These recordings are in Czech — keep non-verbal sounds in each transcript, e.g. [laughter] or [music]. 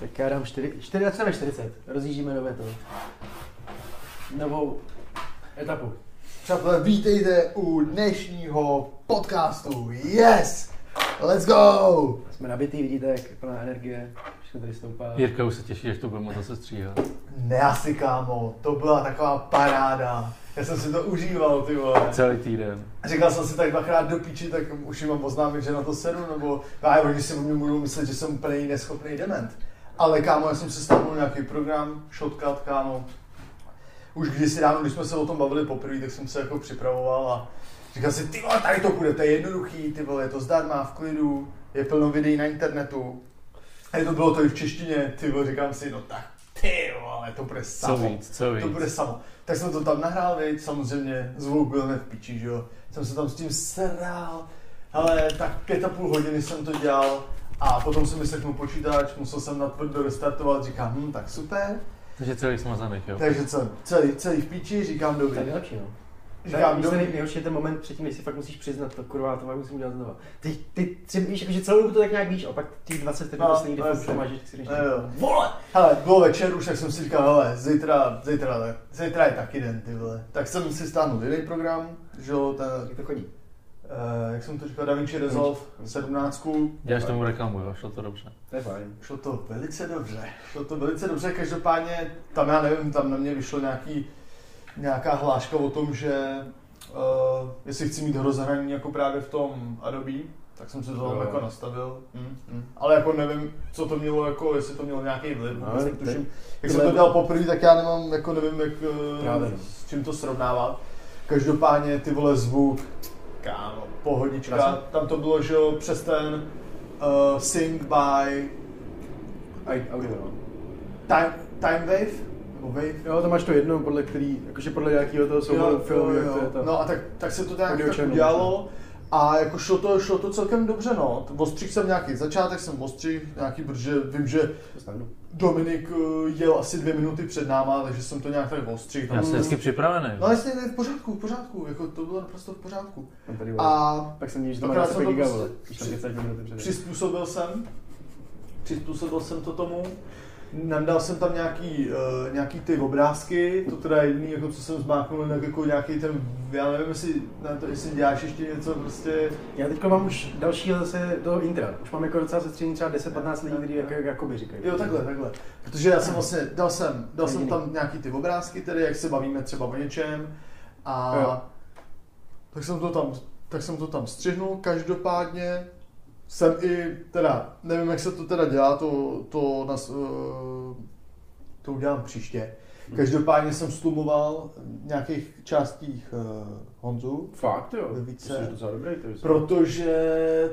Tak já dám 4, 4 začneme 40. Rozjíždíme nové to. Novou etapu. Přátelé, vítejte u dnešního podcastu. Yes! Let's go! Jsme nabitý, vidíte, jak plná energie. Všechno tady stoupá. Jirka už se těší, až to budeme moc zase stříhat. Ne asi, kámo, to byla taková paráda. Já jsem si to užíval, ty vole. Celý týden. Říkal jsem si tak dvakrát do píči, tak už jim mám oznámit, že na to sedu, nebo já oni si o mě budou myslet, že jsem úplně neschopný dement. Ale kámo, já jsem si stáhnul nějaký program, shotcut, kámo. Už kdysi ráno, když jsme se o tom bavili poprvé, tak jsem se jako připravoval a říkal si, ty vole, tady to bude, to je jednoduchý, ty vole, je to zdarma, v klidu, je plno videí na internetu. A to bylo to i v češtině, ty vole, říkám si, no tak, ty vole, to bude Co samo. víc, co víc. To bude samo. Tak jsem to tam nahrál, viď, samozřejmě zvuk byl ne v piči, že jo. Jsem se tam s tím sral, ale tak pět a půl hodiny jsem to dělal a potom jsem vyseknul počítač, musel jsem na tvrdo restartovat, říkám, hm, tak super. Takže celý smazaný, jo. Takže co, celý, celý v piči, říkám To je dobrý. nejlepší, no. Říkám Víš, co nej- dobrý. nejhorší je ten moment předtím, než si fakt musíš přiznat, to kurva, to fakt musím udělat znova. Ty, ty třeba víš, jakože celou dobu to tak nějak víš, a pak těch 20 vteřin No, poslední, kdy to je fakt to fakt. máš, že si než Eh, jo. Vole! Hele, bylo večer už, tak jsem si říkal, hele, zítra, zítra, tak- zítra je taky den, ty vole. Tak jsem si stáhnul jiný program, že jo, ten, Jak to chodí? eh, jak jsem to říkal, DaVinci Resolve 17. Děláš tomu reklamu, jo, šlo to dobře. To je fajn. Šlo to velice dobře. Šlo to velice dobře, každopádně tam já nevím, tam na mě vyšlo nějaký, nějaká hláška o tom, že uh, jestli chci mít rozhraní jako právě v tom Adobe, tak jsem si to tam Jo. Hm. jako nastavil. Mm, mm. Ale jako nevím, co to mělo, jako, jestli to mělo nějaký vliv, No, vůbec tak netuším. to Jak jsem to je- dělal poprvé, tak já nemám, jako nevím, jak, eh, Právě, no. s čím to srovnávat. Každopádně ty vole zvuk, kámo, pohodička. Krásný. Tam to bylo, že jo, přes ten uh, Sing by A audio, no. Time, time wave? Nebo wave? Jo, tam máš to jedno, podle který, jakože podle nějakého toho souboru filmu, jak to je to. No a tak, tak se to nějak Audio tak channel, no. udělalo. A jako šlo to, šlo to celkem dobře, no. Ostřih jsem nějaký začátek, jsem ostřih nějaký, protože vím, že To snadno. Dominik eh, jel asi dvě minuty před náma, takže jsem to nějak tak ostřih. Já jsem vždycky připravený. No jasně, ne, v pořádku, v pořádku, jako to bylo naprosto v pořádku. Tam tady vole. A Pak jsem viděl, že to má Akorát na sebe jsem to giga, prostě vole. Když tam při- 30 minut před. Přizpůsobil jsem, přizpůsobil jsem to tomu, nandal jsem tam nějaký, eh, nějaký ty obrázky, to teda jediný, jako co jsem zmáknul, jinak jako nějaký ten, já nevím, jestli, na to, jestli děláš ještě něco prostě, Já teďka mám už další zase do intra. Už mám jako docela sestření třeba 10-15 lidí, kteří jako, jakoby říkají. jo takhle, takhle. Protože já jsem vlastně, dal jsem, dal jsem Jediný. tam nějaký ty obrázky, tedy jak se bavíme třeba o něčem a Jo. tak jsem to tam, tak jsem to tam střihnul, každopádně jsem i, teda, nevím, jak se to teda dělá, to, to, nas, eh, to udělám příště. Každopádně jsem slumoval v nějakých částích eh, Honzu, Fakt jo. Více. Jsi docela dobrý, to je. protože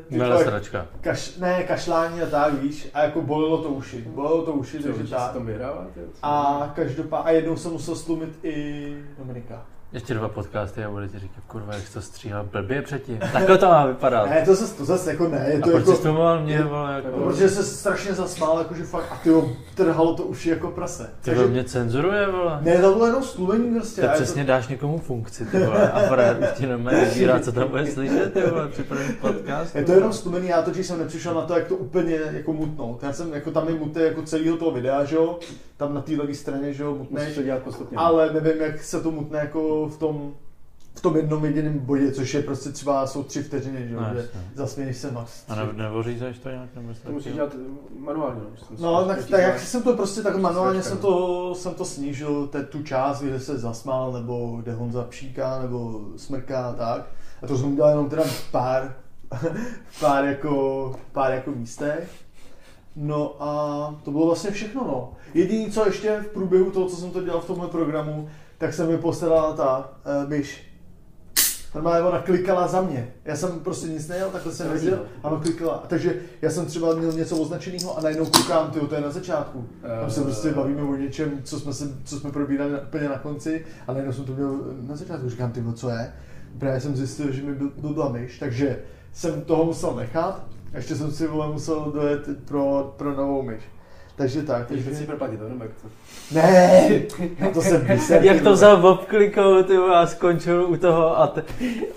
ty Milá vole, sračka. kaš, ne, kašlání a tak, víš, a jako bolelo to uši, bolelo to uši, Že takže se tak. tam vyhrává, ty jo. A každopádně, a jednou jsem musel slumit i Dominika. Ještě dva podcasty a bude ti říkat, kurva, jak jsi to stříhal blbě [laughs] předtím. Takhle to má vypadat. Ne, to zase, to zase jako ne, je A to proč jako... jsi to mohl mě, vole, No, jako... protože se strašně zasmál, jakože fakt, a ty jo, trhalo to uši jako prase. Ty vole, mě cenzuruje, vole. Ne, to bylo jenom slumení prostě. Ty a je přesně dáš někomu funkci, ty vole, a frajer už ti [laughs] normálně vybírá, co tam bude slyšet, ty vole, při prvním podcastu. to, je to jenom stumený, já totiž jsem nepřišel na to, jak to úplně jako mutnout. Já jsem, jako tam je muté jako celého toho videa, že jo, tam na té levé straně, že jo, Musíš mutneš. to dělat postupně. Ale nevím, jak se to mutne jako v tom, v tom jednom jediném bodě, což je prostě třeba, jsou tři vteřiny, že jo, No, no, jasně. zasměješ se max. A ne, neořízeš to nějak, nebo To musíš dělat manuálně. no, že jsem si No, prostě tak, tak říkal, jak jsem to prostě tak manuálně Sračka, jsem to, jsem to snížil, te, tu část, kde se zasmál, nebo kde Honza pšíká, nebo smrká a tak. A to jsem udělal jenom teda v pár, [laughs] v pár jako, pár jako místech. No a to bylo vlastně všechno, no. Jediné, co ještě v průběhu toho, co jsem to dělal v tomhle programu, tak se mi posedala ta uh, myš. Normálně ona klikala za mě. Já jsem prostě nic nejel, takhle jsem Dobrý, viděl no. a ona klikala. Takže já jsem třeba měl něco označeného a najednou koukám, ty to je na začátku. Tam se Eh. prostě bavíme o něčem, co jsme, se, co jsme probírali na- úplně na konci, ale najednou jsem to měl na začátku. Říkám, ty no, co je? Právě jsem zjistil, že mi byl, byl byla myš, takže jsem toho musel nechat. Ještě jsem si vole musel dojet pro, pro novou myš. Takže tak, Takže takže... chci proplatit, to, no, nebo jak to? Ne, na to jsem písem. Jak to vzal Bob klikou, ty vole, a skončil u toho a, t-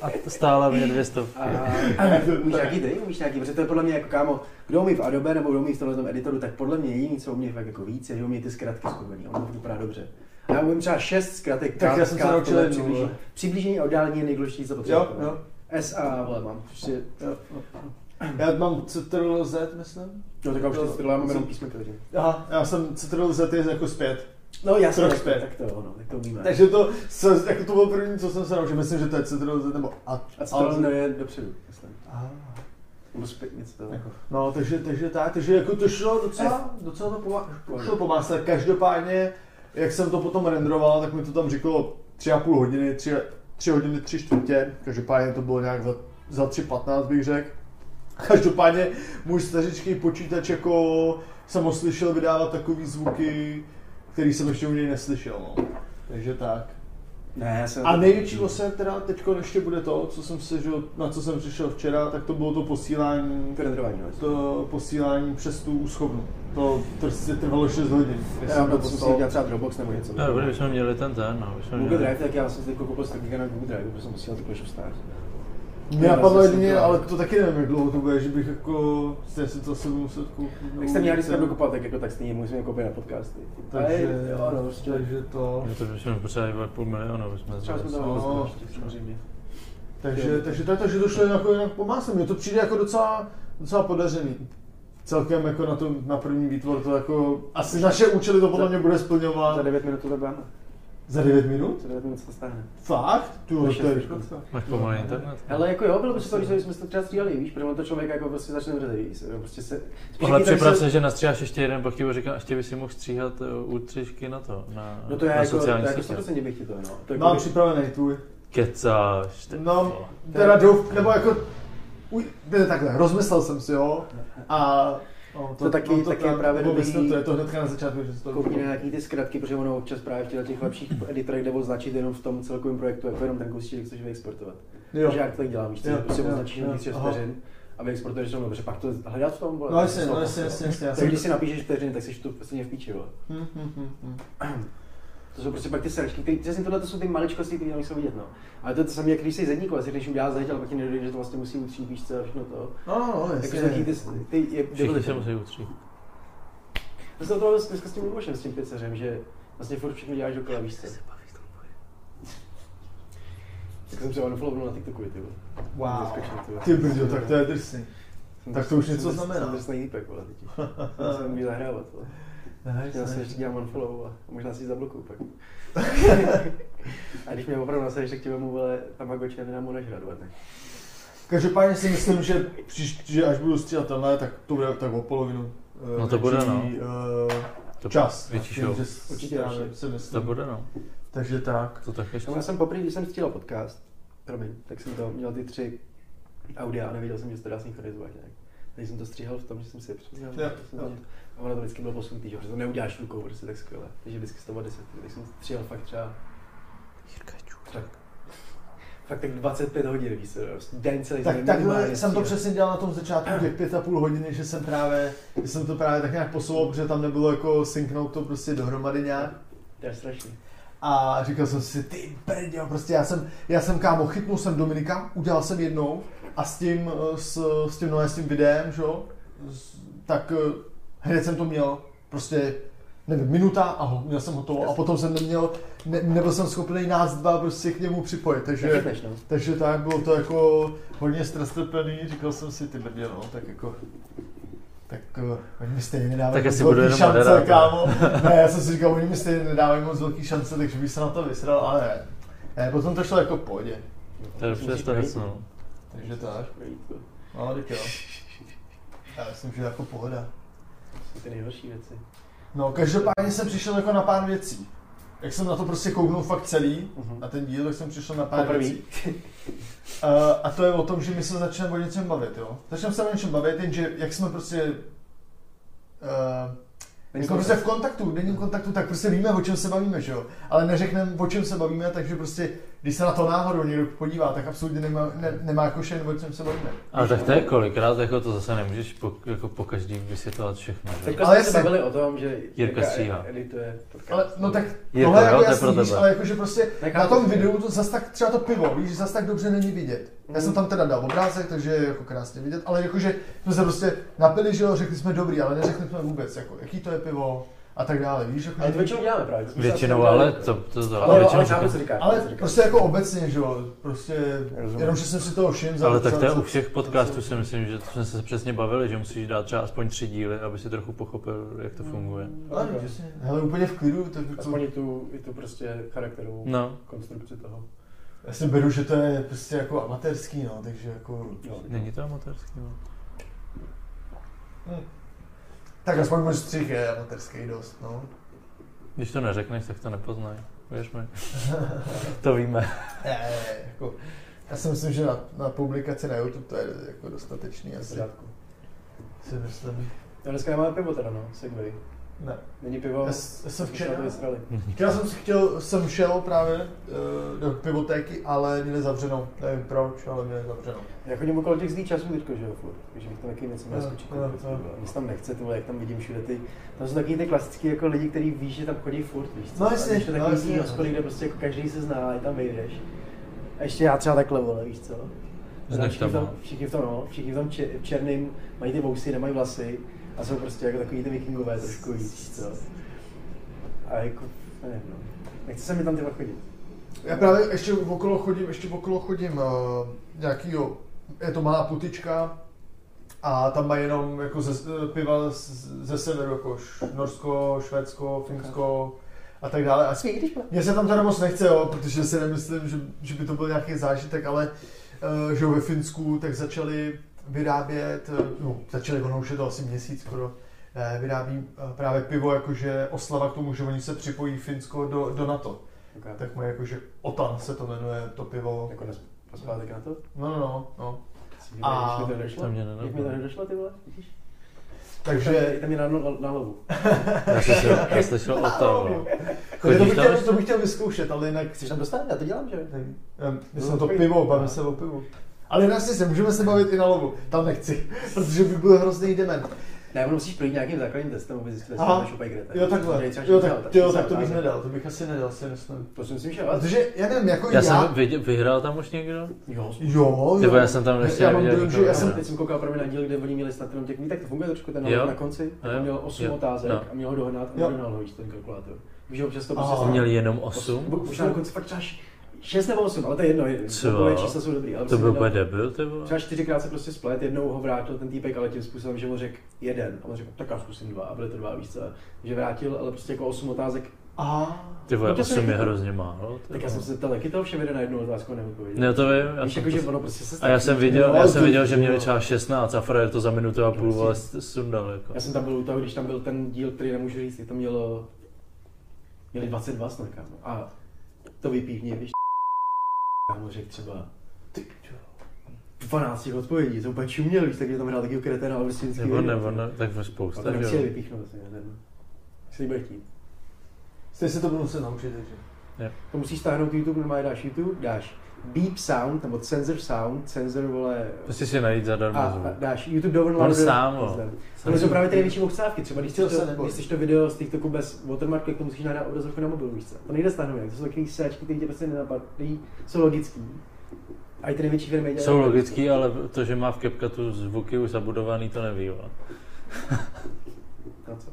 a t- stála mě dvě stovky. [laughs] A umíš nějaký ty? Umíš nějaký? Protože to je podle mě jako kámo, kdo umí v Adobe nebo kdo umí v tomhle tom editoru, tak podle mě jediný, co umí fakt jako víc, je, že umí ty zkratky skupiny. Ono to vypadá dobře. A já umím třeba šest zkratek. Tak já jsem se krát- naučil tohle jednu, přiblížení. vole. Přiblížení a oddálení je nejdůležitější, co potřebuje. Jo, jo. SA, vole, mám. prostě, Ještě, jo. Já mám Ctrl Z, myslím. No tak já už Jo. ty stydla, já mám jenom písmenka, takže. Aha, já jsem Ctrl Z je jako zpět. No jasně, Krok tak, zpět. tak to jo, no, tak to umíme. Takže to, se, jako to bylo první, co jsem se naučil. Myslím, že to je Ctrl Z nebo a, a co to je dopředu, myslím. Aha. Nebo zpět něco toho. Jako, No, takže, takže tak, takže jako to šlo docela, docela to pomá, šlo po másle. Každopádně, jak jsem to potom renderoval, tak mi to tam říkalo tři a půl hodiny, tři, tři hodiny, tři čtvrtě. Každopádně to bylo nějak za, za 3.15 bych řekl. Každopádně můj stařičký počítač jako jsem ho slyšel vydávat takový zvuky, který jsem ještě u něj neslyšel. No. Takže tak. Ne, já jsem... A největší osem teda teď ještě bude to, co jsem se, na co jsem přišel včera, tak to bylo to posílání To je renderování, no. to posílání přes tu úschovnu. To prostě trvalo 6 hodin. než Já jsem mám to, co jsem dělal třeba Dropbox nebo něco. No, dobrý, už jsme měli ten ten, no, už jsme Google měli. Drive, tak já jsem si teď koupil 100 giga na Google Drive, protože jsem musel takový šustár. Mě napadlo Já jsem si jedině, dělal. ale to taky nevím, jak dlouho to bude, že bych jako jste si to sebou muset koupit. Jak jste měl, když jsem dokopal, tak jako tak stejně musíme koupit na podcasty. Takže, Ale jo, no, prostě. takže to. No to už jsme potřebovali půl milionu, už jsme Třeba jsme to zvedli. mohli No. zkoušet, samozřejmě. Takže, takže tak, takže to šlo jako jinak po másle. Mně to přijde jako docela, docela podařený. Celkem jako na, tom, na první výtvor to jako, asi naše účely to podle mě bude Za splňovat 9 minut to máme. za 9 minut. Za 9 minut se to stáhne. Fakt? Za Tu, to šest je minut. Máš pomalý internet. Ale jako jo, bylo by se to, že jsme se to třeba střídali, víš, protože on to člověk jako prostě začne vrzet, víš, prostě se... Ale Všichni tak připrav se- se, že nastříháš ještě jeden pochybou, říkám, ještě by si mohl stříhat eh, útržky na to, na, No to na já jako, to sociální jako sítě. 100% bych ti to, no. To jako Mám bych- připravený tvůj. Kecáš, Mm, ty No, vole. teda douf, nebo jako, uj, ne, takhle, rozmyslel jsem si ho a no, To taky- taky je tam, právě nebo dobrý- myslím, to je to hnedka na začátku, že se to Koukni na nějaký ty zkratky, protože ono občas právě v těchto těch [laughs] lepších editorech jde označit jenom v tom celkovém projektu, jako jenom ten kousíček, jak chceš vyexportovat. Jo. Takže jak to tak dělám, víš, co, Jo, že prostě jo, označíš jo, jenom těch 6 aha. vteřin a vyexportuješ jenom, protože pak to hledat v tom, vole. No jasně, to no jsou jasně, prostě, jasně, jasně, já Tak jsem... když si napíšeš vteřiny, tak jsi tu stejně v píči, vole. Hm, hm, hm, hm. To jsou prostě pak ty sračky, který, přesně tohle to jsou ty maličkosti, které nejsou vidět, no. Ale to je to samé, jak když jsi zedník, vlastně, když jim dělá zeď, ale pak ti nedojde, že to vlastně musí utřít píšce a všechno to. No, no, no, Takže taky jasně. ty, ty je, Všichni se musí utřít. Já jsem to mluvil dneska s tím Lubošem, s tím pizzeřem, že vlastně furt všechno děláš dokola, víš co? [laughs] Tak jsem třeba unfollownu na TikToku, ty vole. Wow. Zaskočil, ty vole. Ty brďo, tak to je drsný. Jsem tak drs- to už jsem něco drs- znamená. Jsem drsnej týpek, vole, [laughs] teď. Jsem umí zahrávat, vole. Já se ještě dělám unfollow a možná si ji zablokuju [laughs] pak. [laughs] a když mě opravdu nasadíš, tak ti vemu, vole, Tamagotchi a nedám mu nežrat, vole. ne. Každopádně si myslím, že, příš, že až budu stříhat tenhle, tak to bude tak o polovinu. eh, No to bude, no. menší, eh, To Čas. Větší Tím, show. že s- Určitě já určitě. si To myslím. bude, no. Takže tak. To tak ještě. No, já jsem poprvé, když jsem stílal podcast, promiň, tak jsem to měl ty tři audia a nevěděl jsem, že se to dá synchronizovat nějak. Takže jsem to stříhal v tom, že jsem si je připomněl. Jo, že jsem jo. to- A ono to vždycky bylo posunutý, že to neuděláš rukou, prostě tak skvěle. Takže vždycky z toho 10, tak jsem stříhal fakt třeba fakt tak 25 hodin, víš co, jo, den celý Tak den takhle minimálně jsem to stříhat. přesně dělal na tom začátku těch pět a půl hodiny, že jsem právě, že jsem to právě tak nějak posouval, protože tam nebylo jako synknout to prostě dohromady nějak. To je strašný. A říkal jsem si, ty brďo, prostě já jsem, já jsem kámo, chytnul jsem Dominika, udělal jsem jednou a s tím, eh, s, s tím, no, s tím videem, že jo, s- tak eh, hned jsem to měl, prostě nevím, minuta a ho, měl jsem hotovo a potom jsem neměl, ne, nebyl jsem schopný nás dva prostě k němu připojit, takže... Nechytneš, no. Takže tak, bylo to jako hodně strestrplný, říkal jsem si, ty brdě, no, tak jako... Tak eh, oni mi stejně nedávají Tak moc asi budu velký jenom šance, moderátor. kámo. Ne, já jsem si říkal, oni mi stejně nedávají moc velký šance, takže bych se na to vysral, ale ne. ne potom to šlo jako v pohodě. To je přes to no. Musíš hesno. Takže tak, projít, no. no, teď jo. Já myslím, že jako pohoda. Jsou ty nejhorší věci. No, každopádně jsem přišel jako na pár věcí. Jak jsem na to prostě kouknul fakt celý, Mhm. na ten díl, tak jsem přišel na pár Poprvý. věcí. A, a to je o tom, že my se začneme o něčem bavit, jo? Začneme se o něčem bavit, jenže jak jsme prostě... Uh, Není jak jsme to- prostě v kontaktu, denním kontaktu, tak prostě víme, o čem se bavíme, že jo? Ale neřekneme, o čem se bavíme, takže prostě Když se na to náhodou někdo podívá, tak absolutně nemá, ne, nemá košen, o čem se bavíme. Ale tak to je kolikrát, jako to zase nemůžeš po, jako po každý vysvětlovat všechno, že? Takhle Ale jsme se jsem- bavili o tom, že Jirka stříhá. edituje podcast. Ale, no tak Je tohle to, je jako jo, to je pro jasný, víš, tebe. ale jakože prostě Tak na já tom to- videu to zas tak třeba to pivo, víš, zas tak dobře není vidět. Já jsem Mm. tam teda dal obrázek, takže je jako krásně vidět, ale jakože jsme se prostě napili, že jo, řekli jsme dobrý, ale neřekli jsme vůbec, jako jaký to je pivo a tak dále, víš, Ale to jakože, většinou děláme právě. to jsme se Většinou, asi ale udělali. to, to, to, Ale, jo, většinou ale chápu, říkám. co říkáš. ale co říkáš. prostě jako obecně, že jo, prostě, Rozumím. jenom že jsem si toho všiml. Ale tak to je zapsal u všech podcastů, si myslím, že to jsme se přesně bavili, že musíš dát třeba aspoň tři díly, aby si trochu pochopil, jak to funguje. Ale Ano. No, jasně, hele, úplně v klidu, to, to, Aspoň je tu, je tu prostě charakterovou No, konstrukci toho. já si beru, že to je prostě jako amatérský, no, takže jako, Jo. není to amatérský. No. tak aspoň můj střih je amatérský dost, no. Když to neřekneš, tak to nepoznají. Věř mi. [laughs] [laughs] to víme. Ne, jako, já si myslím, že na, na publikaci na YouTube to je jako dostatečný V asi. pořádku. Si myslím. No dneska nemáme pivo teda, no, segway. Ne. Není pivo, Já, s- já jsem včera, vysrali. včera jsem si chtěl, jsem šel právě eh, do pivotéky, ale měli zavřenou. Nevím proč, ale měli zavřenou. Já chodím okolo těch zlých časů teďko, že jo, furt. Takže bych tam taky něco měl Jo, skočit. jo, koupit, jo. vole. Nic tam nechce, ty vole, jak tam vidím všude ty. Tam jsou taky ty klasický jako lidi, kteří víš, že tam chodí furt, víš co? No jasně, A když to no takový jasně, no, no. hospody, kde prostě jako každý se zná, ale tam vyjdeš. A ještě já třeba takhle, vole, víš co? Teda Znaš všichni, v tam, tom, všichni v tom, no, všichni v tom če- v černým mají ty vousy, nemají vlasy a jsou prostě jako takový ty vikingové trošku víc, co? A jako, nevím, no. Nechce se mi tam tyhle chodit. Já právě ještě okolo chodím, ještě okolo chodím uh, nějakýho, je to malá putička a tam mají jenom jako ze, eh, piva z, ze severu, jako š, Norsko, Švédsko, Finsko a tak dále. A Smí, když Mně se tam teda moc nechce, jo, protože si nemyslím, že, že by to byl nějaký zážitek, ale eh, že jo, ve Finsku tak začali vyrábět, eh, no, začali, ono už je to asi měsíc skoro, eh, vyrábí eh, právě pivo, jakože oslava k tomu, že oni se připojí Finsko do, do NATO. tak. Tak mají jakože OTAN se to jmenuje, to pivo. Jako nes- pospátek na to? No, no, no, no. A- A... Když mi to došlo? to mě Jak mi to nenapadlo. nedošlo, ty vole? Vidíš? Takže, Jde mi na, na, na hlavu. Já jsem si- já slyšel o tom. no. takže to, Chodíš bych chtěl, tam? to bych chtěl vyzkoušet, ale jinak Chceš tam dostat? Já to dělám, že? Nevím. My No, jsme to pivo, bavíme se o pivu. Ale jinak si se můžeme se bavit i na lovu. Tam nechci, [laughs] protože by byl hrozný dement. Ne, ono musíš projít nějakým základním testem, aby zjistil, jestli Aha. máš úplně kde. Jo, takhle. Jo, tak, jo, tak to bych nedal, to bych asi nedal, si myslím. To si myslím, že jo. Protože, já nevím, jako Já já... jsem viděl, vyhrál tam už někdo? Jo. Jo, Nebo jo. já jsem tam ještě Já mám neviděl dojem, že nikoho. já jsem Teď jsem koukal první na díl, kde oni měli snad jenom těch tak to funguje trošku ten Jo. náhled na konci. Tak Jo. on měl 8 Jo. otázek No. a měl ho dohnat a Jo. nedohnal ho, víš, ten kalkulátor. Víš, že občas to Aha. prostě... On měl jenom 8? Už na konci fakt třeba 6 nebo 8, ale to je jedno. je- Co? takové Čísla jsou dobrý. ale To prostě byl nedal- úplně debil, ty vole. Třeba čtyřikrát se prostě splet, jednou ho vrátil ten týpek, ale tím způsobem, že mu řekl jeden. A on řekl, tak já zkusím dva, a byly to dva, víš co. Že vrátil, ale prostě jako osm otázek. Aha. Ty vole, No, to jsem 8 je viděl. hrozně málo. ty Tak já vole. jsem se ptal taky toho všem jeden na jednu otázku a neodpověděl. Ne, to vím. Já Víš, jsem jako, že to- ono prostě se A já jsem viděl, No, já jsem to- viděl, že měli no. třeba 16 a Frajer to za minutu a půl vole s- sundal jako. Já jsem tam byl u toho, když tam byl ten díl, který nemůžu říct, kdy to mělo... Měli 22 snad, kámo. A to vypívně, víš, kámo řekl třeba 12 těch odpovědí, to úplně čuměl, víš, takže tam hrál takový kretena, ale prostě vždycky Nebo, věděl, nebo, co. ne, tak ve A spousta, to že nechci jo. vypíchnout, asi nevím. Jestli bude chtít. Stejně se to budu muset naučit, takže. To musíš stáhnout YouTube, normálně dáš YouTube, dáš beep sound, nebo censor sound, censor vole... Prostě si najít zadarmo A, a zvuk. dáš YouTube download. On sám, jo. To jsou právě ty největší obsávky, třeba když Chtěl chceš, se to, když nebojit. chceš to video z TikToku bez watermarku, tak to musíš nahrát obrazovku na mobilu, víš co? To nejde stáhnout, jak to jsou takový sračky, které tě prostě nenapadly, jsou logický. A i ty největší firmy dělají. Jsou logický, ale to, že má v CapCutu zvuky už zabudovaný, to neví, vole. No co?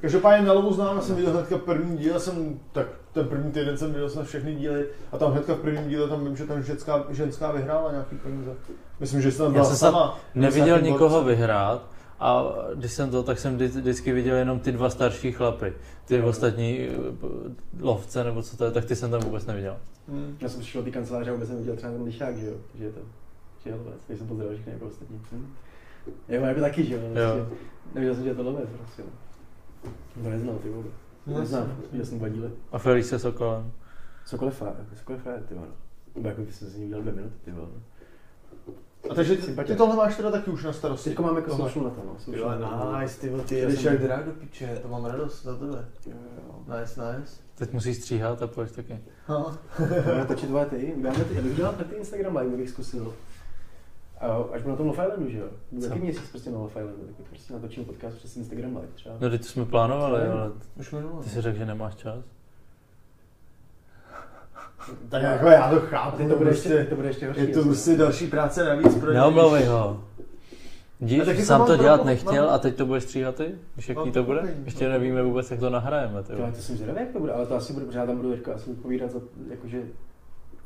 Každopádně na lovu znám, já jsem viděl hnedka první díl, já jsem, tak ten první týden jsem viděl snad všechny díly a tam hnedka v prvním díle tam vím, že tam ženská, ženská vyhrála nějaký peníze. Myslím, že jsem tam Já byla jsem snad sama. No, Neviděl nikoho vyhrát a když jsem to, tak jsem vždy- vždycky viděl jenom ty dva starší chlapy. Ty Jo. ostatní eh, lovce nebo co to je, tak ty jsem tam vůbec neviděl. Hmm. Já jsem přišel do té kanceláře a vůbec jsem viděl třeba ten lišák, že jo? Že je to. Že je lovec, když jsem pozdravil všechny jako ostatní. Hm? Jako, jako taky, že jo? Jo. Prostě. Neviděl jsem, že je to lovec, prostě. no. To neznal, ty vůbec. No, Neznám, viděl jsem dva díly. A Felix se Sokolem. jako, Cokoliv frajer, cokoliv frajer, ty vole. Nebo jako když jsem s ním udělal dvě minuty, ty vole. A takže ty, Sympatia. ty tohle máš teda taky už na starosti. Teďko mám jako Tohle. slušnou na to, no. slušnou Jo, na to. nice, ty vole, ty. já Když jsem- jak drák do piče, to mám radost za tebe. Jo, jo. Nice, nice. Teď musíš stříhat a pojď taky. No. Budeme točit dva ty, uděláme ty, já bych dělal taky Instagram live, abych zkusil. A až budu na tom Love Islandu, že jo? Budu taky Co? měsíc prostě na Love Islandu, taky prostě natočím podcast přes Instagram live třeba. No, teď to jsme plánovali, ale Už minulo. ty si řekl, že nemáš čas. Tak jako já to A chápu, ty to bude prostě- ještě, to bude ještě horší. Je to jasně. prostě další práce navíc pro něj. Neomlouvej ho. A taky Díš, to sám mám to pro- dělat mám- nechtěl a teď to budeš stříhat ty? Víš, Mám jaký to to bude? pochopení. Ještě nevíme vůbec, jak to nahrajeme. ty Tyhle, vole. to jsem zvědavý, jak to bude, ale to asi bude, protože já tam budu jako asi povídat, za, jakože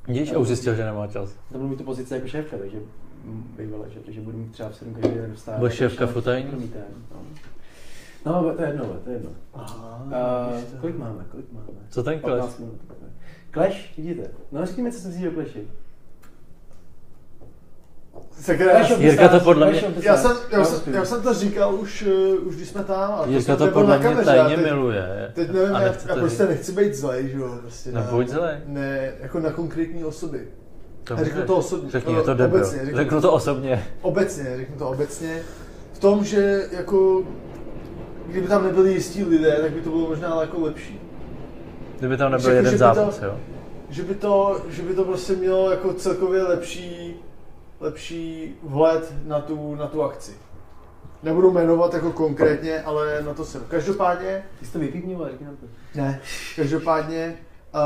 Díš a už zjistil, že nemá čas. tam budu mít tu pozici jako šéfka, takže mm, bývala, že, takže budu mít třeba v 7 každý den vstát. Budeš šéfka Šéf- fotajní? první den, No, no ale to je jedno, ale to je jedno. Aha, víš No, to. Uh, kolik máme, kolik máme? Co ten kleš? 15 minut. Clash, vidíte. No řekněme, co si myslíš o Clashi. Sakra, já Clash jsem- of Jirka Clans, to podle Clash mě- of já Clans. jsem, já, jsem, rozumím. já jsem to říkal už, eh, už když jsme tam, ale Jirka jsem to nebyl podle na mě kameře, já tajně teď- miluje. Teď nevím, a já, nechce já to prostě říct. nechci být zlej, že jo, prostě No na- buď zlej. Ne, jako na konkrétní osoby. To A řeknu bude. to osobně. Řekni, To je to debil. obecně, řekni. Řeknu to osobně. Obecně, řeknu to obecně. V tom, že jako, kdyby tam nebyli jistí lidé, tak by to bylo možná jako lepší. Kdyby tam nebyl Řekni, že jeden by to- zápas, jo. že by to, že by to prostě mělo jako celkově lepší, lepší vhled na tu, na tu akci. Nebudu jmenovat jako konkrétně, ale na to jsem. Každopádně, Ty jsi to vypípnil, řekni nám to. ne, každopádně, uh,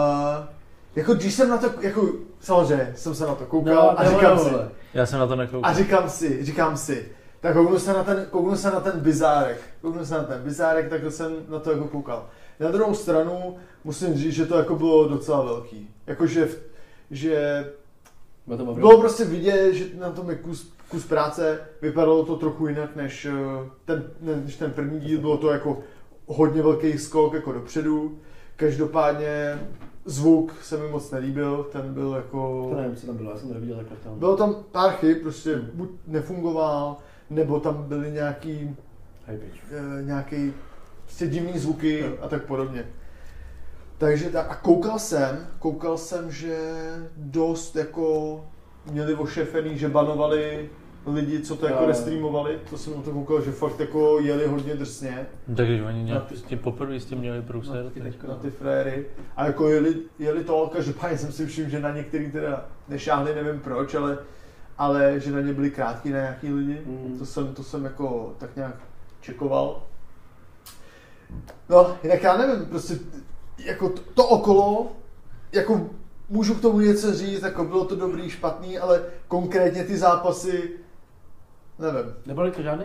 jako když jsem na to, jako samozřejmě jsem se na to koukal no, a říkám si, vole. Já jsem na to nekoukal. a říkám si, říkám si, tak kouknu se na ten, kouknu se na ten bizárek, kouknu se na ten bizárek, tak jsem na to jako koukal. Na druhou stranu musím říct, že to jako bylo docela velký. Jakože, v- že Bylo to bylo bavilo. prostě vidět, že na tom je kus, kus práce, vypadalo to trochu jinak než eh, ten, než ten první díl, bylo to jako hodně velký skok jako dopředu. Každopádně zvuk se mi moc nelíbil, ten byl jako... To nevím, co tam bylo, já jsem to neviděl takhle tam. Bylo tam pár chyb, prostě buď nefungoval, nebo tam byly nějaký, Hej, bitch. eh, nějaký prostě divný zvuky a tak podobně. Takže tak, a koukal jsem, koukal jsem, že dost jako měli ošefený, že banovali lidi, co to jako Jo. nestreamovali, to jsem na to koukal, že fakt jako jeli hodně drsně Tak když oni Na nějak ty- s tím poprvé s tím měli No, průser, ty jako- tak- teďko. na ty fréry a jako jeli, jeli to, každopádně jsem si všiml, že na některý teda nešáhli, nevím proč, ale, ale že na ně byli krátký na nějaký lidi, Mm. to, jsem, to jsem jako tak nějak čekoval. No, jinak já nevím, prostě jako to, to okolo, jako můžu k tomu něco říct, jako bylo to dobrý, špatný, ale konkrétně ty zápasy, nevím. Nebyl to žádný?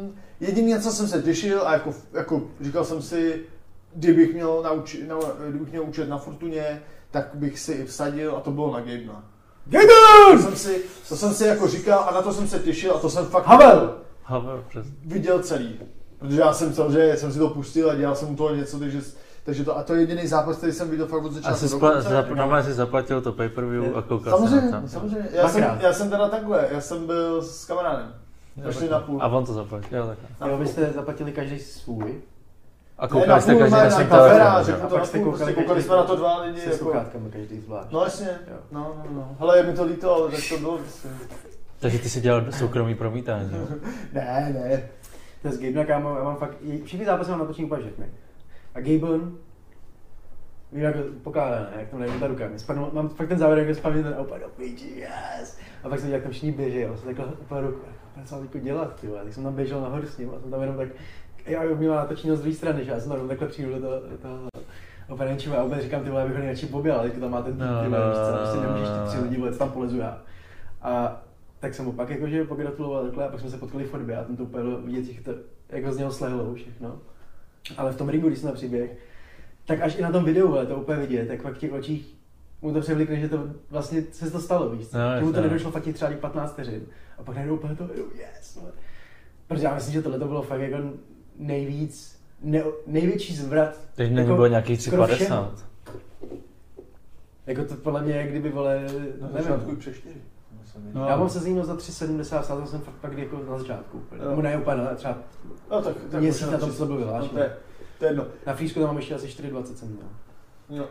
Mm, jediné, co jsem se těšil, a jako, jako říkal jsem si, kdybych měl, nauči, na, kdybych měl učit na Fortuně, tak bych si i vsadil a to bylo na Gabe. To jsem, si, to jsem si jako říkal a na to jsem se těšil a to jsem fakt Havel! Havel, přes. viděl celý. Protože já jsem samozřejmě, jsem si to pustil a dělal jsem u toho něco, takže, takže to, a to je jediný zápas, který jsem viděl fakt od A začátku. si do spla- konce. zap- normálně si zaplatil to pay-per-view a koukal se Samozřejmě, na to. samozřejmě. Já jsem, Dvakrát. já jsem teda takhle, já jsem byl s kamarádem. Ještě na půl. A on to zaplatil, jo, takhle. Na Jo, vy půl. jste zaplatili každý svůj. A Ne, na koukali jste půl každý na normálně svým na kafera, telefonu. řeknu A to pak na jste půl, prostě koukali koukali každý- jsme na to dva lidi. Se Jako, sluchátkama každý zvlášť. no jasně, Jo. no, no, no. Hele, je mi to líto, ale tak to bylo prostě. Takže ty si dělal soukromý promítání. jo? Ne, ne. To je z Gabena, no, kámo, já mám fakt, je- všechny zápasy mám natočený úplně všechny. A Gaben, vím, jak to pokládá, ne, jak tam nejde ta ruka. Mě Spadl, mám fakt ten závěr, jak mě spadl ten opa do piči, yes! A pak jsem dělal, jak tam všichni běží, já jsem takhle úplně ruku, a co mám teďko dělat, ty vole. tak jsem tam běžel nahoru s ním a jsem tam jenom tak, já bych měl natočeno z druhé strany, že já jsem tam jenom takhle přijdu do toho, do toho operenčím a opět říkám, ty vole, já bych ho nejradši poběl, ale teďko tam má ten No, no, ty vole, no, víš co, no, prostě no, nemůžeš ty no, tři no. lidi, vole, co tam polezu já. A tak jsem mu pak jakože pogratuloval takhle a pak jsme se potkali v fotbě a tam to úplně bylo vidět, jak to jako z něho slehlo všechno. Ale v tom ringu, když jsem na příběh, tak až i na tom videu, ale to úplně vidět, jak fakt v těch očích mu to převlikne, že to vlastně se to stalo, víš, co? No, že mu to jasně. nedošlo fakt těch třeba těch 15 vteřin a pak najednou úplně to, jo, yes, vole. Protože já myslím, že tohle to bylo fakt jako nejvíc, ne, největší zvrat. jako Teď není bylo nějakých skoro všem. 350. Jako to podle mě, jak kdyby, vole, Na nevím. začátku i přes čtyři. No. Já mám se za 3,70, sázal jsem fakt pak jako na začátku. úplně. Jo. Nebo ne úplně, ale třeba No tak, tak Měsíc možná na tom, tři- co byl no, vyhlášen. to je- To je jedno. na físku tam mám ještě asi 4,20 jsem měl. No.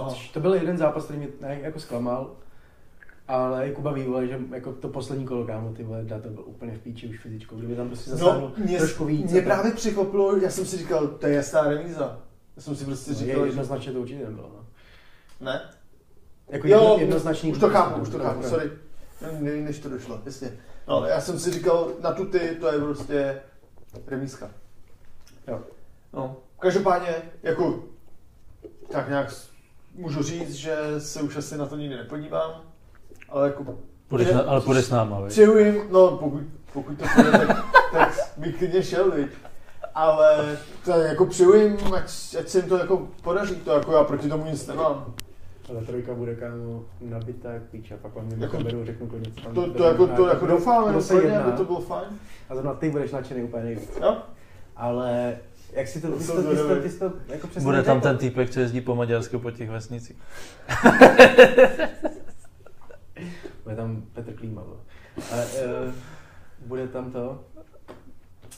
Aha. Což to byl jeden zápas, který mě ne, jako zklamal. Ale Kuba ví, vole, že jako to poslední kolo, kámo, ty vole, dá to byl úplně v píči už fyzičkou, kdyby tam prostě zasáhnul No, mě, trošku víc. mě a to- právě překvapilo, já jsem si říkal, to je jasná remíza. Já jsem si prostě no, říkal, je, že... jednoznačně to určitě nebylo. No. Ne? Jako jo, jedno, jednoznačný. už to chápu, už to chápu, sorry. Ne, než to došlo, jasně. No, ale já jsem si říkal, na tuty to je prostě remízka. Jo. No, každopádně, jako, tak nějak s- můžu říct, že se už asi na to nikdy nepodívám, ale jako Půjdeš na, ale půjdeš s náma, viď? Přeju jim, no pokud, pokud to půjde, tak, tak bych klidně šel, viď. Ale to, jako přeju jim, ať, ať se jim to jako podaří, to jako já proti tomu nic nemám. Ale trojka bude kámo nabitá jak píč a pak vám mě Jako- jako, beru, řeknu konec. Tam To, to, jako, to jako doufám, kdo no, se úplně, jedná? aby to bylo fajn. A zrovna ty budeš nadšený úplně nejvíc. Jo? Ale jak si to, To ty jsi jsou to, ty jsi to, zvědavý. ty jsi to, jako přesně Bude tam řekl. ten týpek, co jezdí po Maďarsku po těch vesnicích. Bude tam Petr Klíma, vole. Ale uh, bude tam to...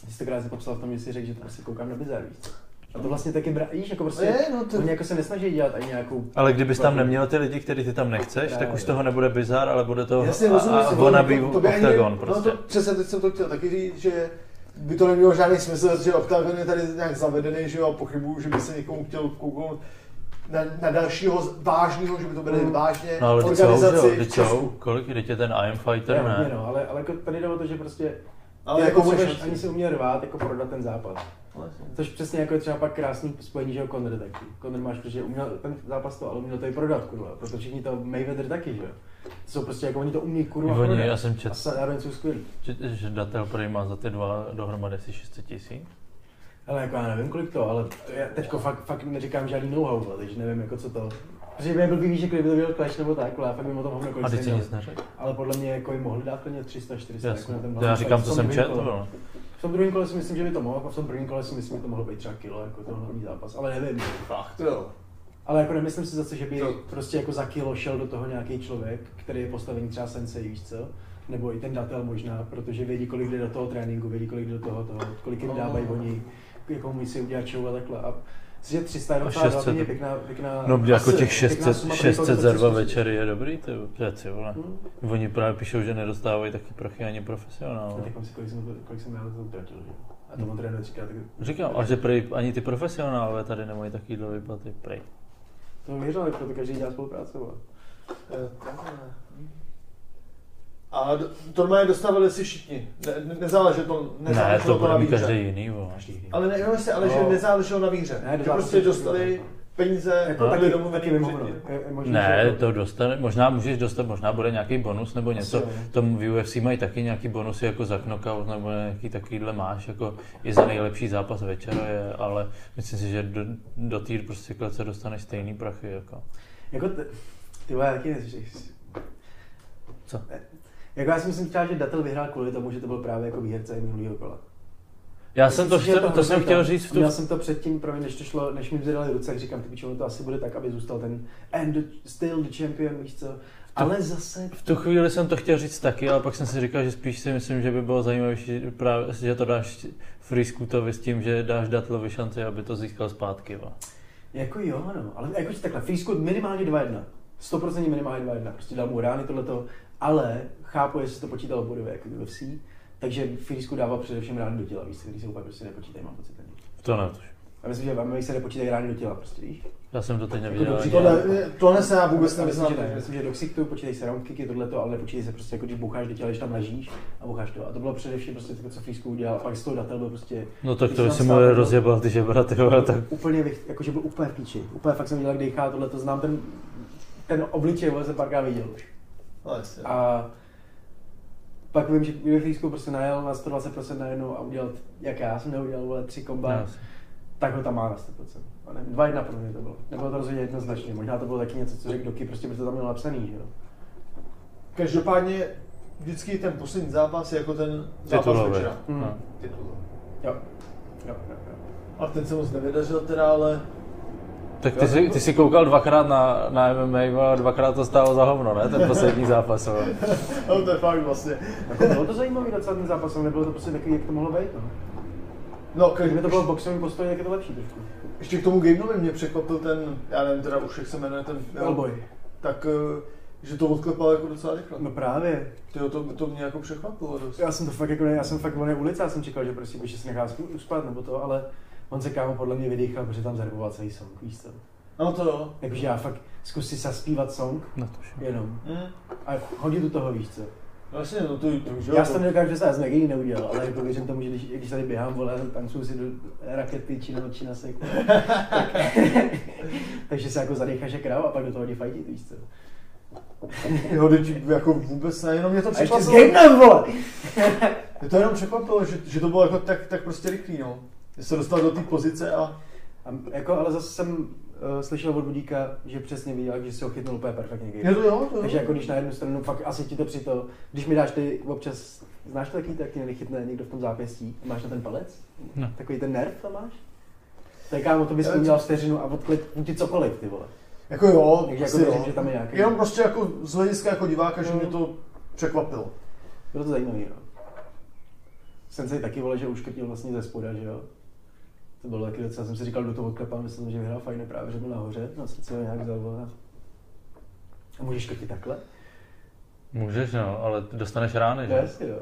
Ty jsi to krásně popsal v tom, že jsi řekl, že to prostě koukám na bizar, víš co? A to vlastně taky, bra- víš, jako No prostě... je, no to... Oni jako se nesnaží dělat ani nějakou... Ale kdybys tam neměl ty lidi, který ty tam nechceš, tak už toho nebude bizar, ale bude to Jasně, a, rozumím a si, wannabe to by ani- octagon No prostě. to přesně, teď jsem to chtěl taky říct, že by to nemělo žádný smysl, že Octagon je tady nějak zavedený, že jo, a pochybuju, že by se někomu chtěl kouknout na, na dalšího z- vážného, že by to brali Mm. vážně, No ale teď jsou, že organizaci. jo, teď přes- jsou, kolik, teď je ten Iron Jo, Fighter, hodně, ne? no, ale, ale jako tady jde o to, že prostě... Ale ty jako jako můžeš, můžeš, ani se uměl rvát, jako prodat ten zápas. Což přesně jako je třeba pak krásný spojení, že jo, Conor taky. Conor máš, protože uměl ten zápas to, ale uměl to i prodat, kurva. Proto všichni to Mayweather taky, že jo. To jsou prostě jako oni to umí, kurva, Oni, prodat. já jsem A četl, zároveň jsou skvělí. čet- že datel prý má za ty dva dohromady asi 600 tisíc. Ale jako já nevím, kolik to, ale to já teďko fakt, fakt neříkám žádný know-how, vole, takže nevím, jako co to. Protože by byl víš, že kdyby to byl Clash nebo tak, ale já fakt vím o tom hovno, kolik A teď si stejně. nic neřekl. Ale podle mě jako jim mohli dát klidně 300, 400, jako Jasně. na ten To já hlavní říkám, fight. co V tom jsem druhém četl. kole. no. V tom druhém kole si myslím, že by to mohlo, a v tom prvním kole si myslím, že to mohlo být třeba kilo, jako ten hlavní zápas, ale nevím. fakt, jo. Ale jako nemyslím si zase, že by To- prostě jako za kilo šel do toho nějaký člověk, který je postavený třeba sensei, víš co? Nebo i ten datel možná, protože vědí, kolik jde do toho tréninku, vědí, kolik do toho, toho kolik jim dávají oni, jakou musí udělat show a takhle. A myslím, že 300 je A docela 600. relativně pěkná, pěkná, No jako asi, těch pěkná 600, suma pro 600 někoho, za kdo dva chce večery je dobrý, ty přeci vole. zkusit. Hm? Oni právě píšou, že nedostávají taky prachy ani A profesionálové. teď si, kolik jsem, to- kolik jsem já za to utratil, že? jo? A to on trénuje třikrát, tak Hmm. Říkám, a že prej, ani ty profesionálové tady nemají takovýhle výplaty, prej. to mi věřil, jako to každý dělá spolupráce, vole. Eh, A do- to normálně dostavili si všichni. Ne, ne, nezáleželo to, Ne, nezáleželo to to, na bude mít víře. každý jiný, vole. Každý jiný. Ale ne, no, ale že No. nezáleželo na víře. Ne, že dotáhli prostě si- dostali peníze, Jako jako byli taky, taky domluvený mimo hovno. předtím. Je- je možný, že No. jako- Ne, jo. to dostane, možná můžeš dostat, možná bude nějaký bonus nebo něco. Asi jo. V tom v UFC mají taky nějaký bonusy jako za knockout nebo nějaký takovýhle máš, jako i za nejlepší zápas večera je, ale myslím si, že do, do té prostě klece dostaneš stejný prachy, jako. Jako t- ty vole, taky Co? Jako já si myslím třeba, že Datel vyhrál kvůli tomu, že to byl právě jako výherce i minulého kola. Já jsem to, Myslím si, že chtěl, to hrozný jsem chtěl tam. říct v tu Měl jsem to předtím, promiň, než to šlo, než mi vzali ruce, jak říkám, ty pičo, ono to asi bude tak, aby zůstal ten and the, still the champion, víš co. Ale zase, V tu chvíli jsem to chtěl říct taky, ale pak jsem si říkal, že spíš si myslím, že by bylo zajímavější, právě, že to dáš Free Scootovi s tím, že dáš Datlovi šanci, aby to získal zpátky. Va. jako jo, no, ale jako takhle, free squat minimálně 2-1. 100% minimálně 2-1, prostě dal mu rány tohleto, ale chápu, jestli to počítalo bodově jako UFC, takže free squat dával především rány do těla, víš co, když se úplně prostě nepočítají, mám pocit. ani. To netuším. Já myslím, že v MMA se nepočítají rány do těla, prostě víš. Já jsem to teď neviděl. dobře, ani. Tohle, tohle se já vůbec Já myslím, nevyznám. že ne. Myslím, že do ksichtu počítají se roundkicky, tohleto, ale nepočítají se prostě jako když boucháš do těla, když tam ležíš a boucháš to. A to bylo především prostě to, co Frisku udělal, a pak z toho datel byl prostě No tak to Když si tam mu stále- rozjebal ty žebra, ty vole, tak úplně, vych- jako že byl úplně v píči. Úplně fakt jsem viděl, jak dechá tohle, to znám ten, ten obličej, vole, jsem párkrát viděl už. No, jasně. A pak vím, že ve Frisku prostě najel na 120% najednou a udělal, jak já jsem neudělal, vole, tři komba. Já si- tak ho tam má na 100%. A nevím, 2-1 pro mě to bylo. Nebylo to rozhodně jednoznačně. Možná to bylo taky něco, co řekl Doky, prostě by to tam měl napsaný, že jo. Každopádně vždycky ten poslední zápas je jako ten zápas titulový. večera. Hmm. No. Titul. Jo. Jo, jo, jo. A ten se moc nevydařil teda, ale [laughs] Tak ty jsi, ty jsi koukal dvakrát na, na MMA, vole, a dvakrát to stálo za hovno, ne? Ten poslední zápas. vole. no, to je fakt vlastně. Jako bylo to zajímavý docela ten zápas, ale nebylo to prostě takový, jak to mohlo být, no. No, Kdyby každopádně to bylo boxový postoj, tak je to lepší trošku. ještě k tomu gamenovi mě překvapil ten, já nevím teda už jak se jmenuje ten... Elboy. Tak eh, Že to odklepal jako docela rychle. No právě. Tyjo, to, to mě jako překvapilo dost. Já jsem to fakt jako, ne- já jsem fakt volný ulice, já jsem čekal, že prostě že se nechá sp- uspat nebo to, ale on se kámo podle mě vydýchal, protože tam zarboval celý song, víš co? No to jo. Jakože já fakt zkus si zaspívat song, Na to šel. jenom. Hm. A hodit do toho, víš co? Vlastně, no to, to už jo. Já jsem to nedokážu dostat, já jsem nikdy neudělal, ale jako věřím tomu, že když, když tady běhám, vole, tancuju si do rakety či na či na seku. tak, [laughs] takže se jako zadecháš jak kráv a pak do toho jde fajtit, víš co? Jo, teď jako vůbec ne, jenom mě to A ještě s překvapilo. gameplem, vole! Mě to jenom překvapilo, že, že to bylo jako tak, tak prostě rychlý, no. Že se dostal do té pozice a A jako, ale zase jsem uh, slyšel od Budíka, že přesně viděl, že si ho chytnul úplně perfektně je game. to jo, to jo. Takže jako když na jednu stranu fakt asi ti to při to, když mi dáš ty občas, znáš to taky, tak tě nechytne někdo v tom zápěstí, máš na ten palec, No. takový ten nerv tam máš? Tak kámo, to bys Ale co- udělal vteřinu a odklid ti cokoliv, ty vole. Jako jo, Takže jako asi věřím, jo. že tam je nějaký. Jenom prostě jako z hlediska jako diváka, že Mm. mě to překvapilo. Bylo to zajímavý, no. Sensei taky vole, že uškrtil vlastně ze spoda, že jo? To bylo taky docela, jsem si říkal, do toho odklepám, myslel jsem, že vyhrál fajn, právě, že byl nahoře, no sice ho nějak vzal, vole. A můžeš škrtit takhle? Můžeš, no, ale dostaneš rány, No že? jasně, jo.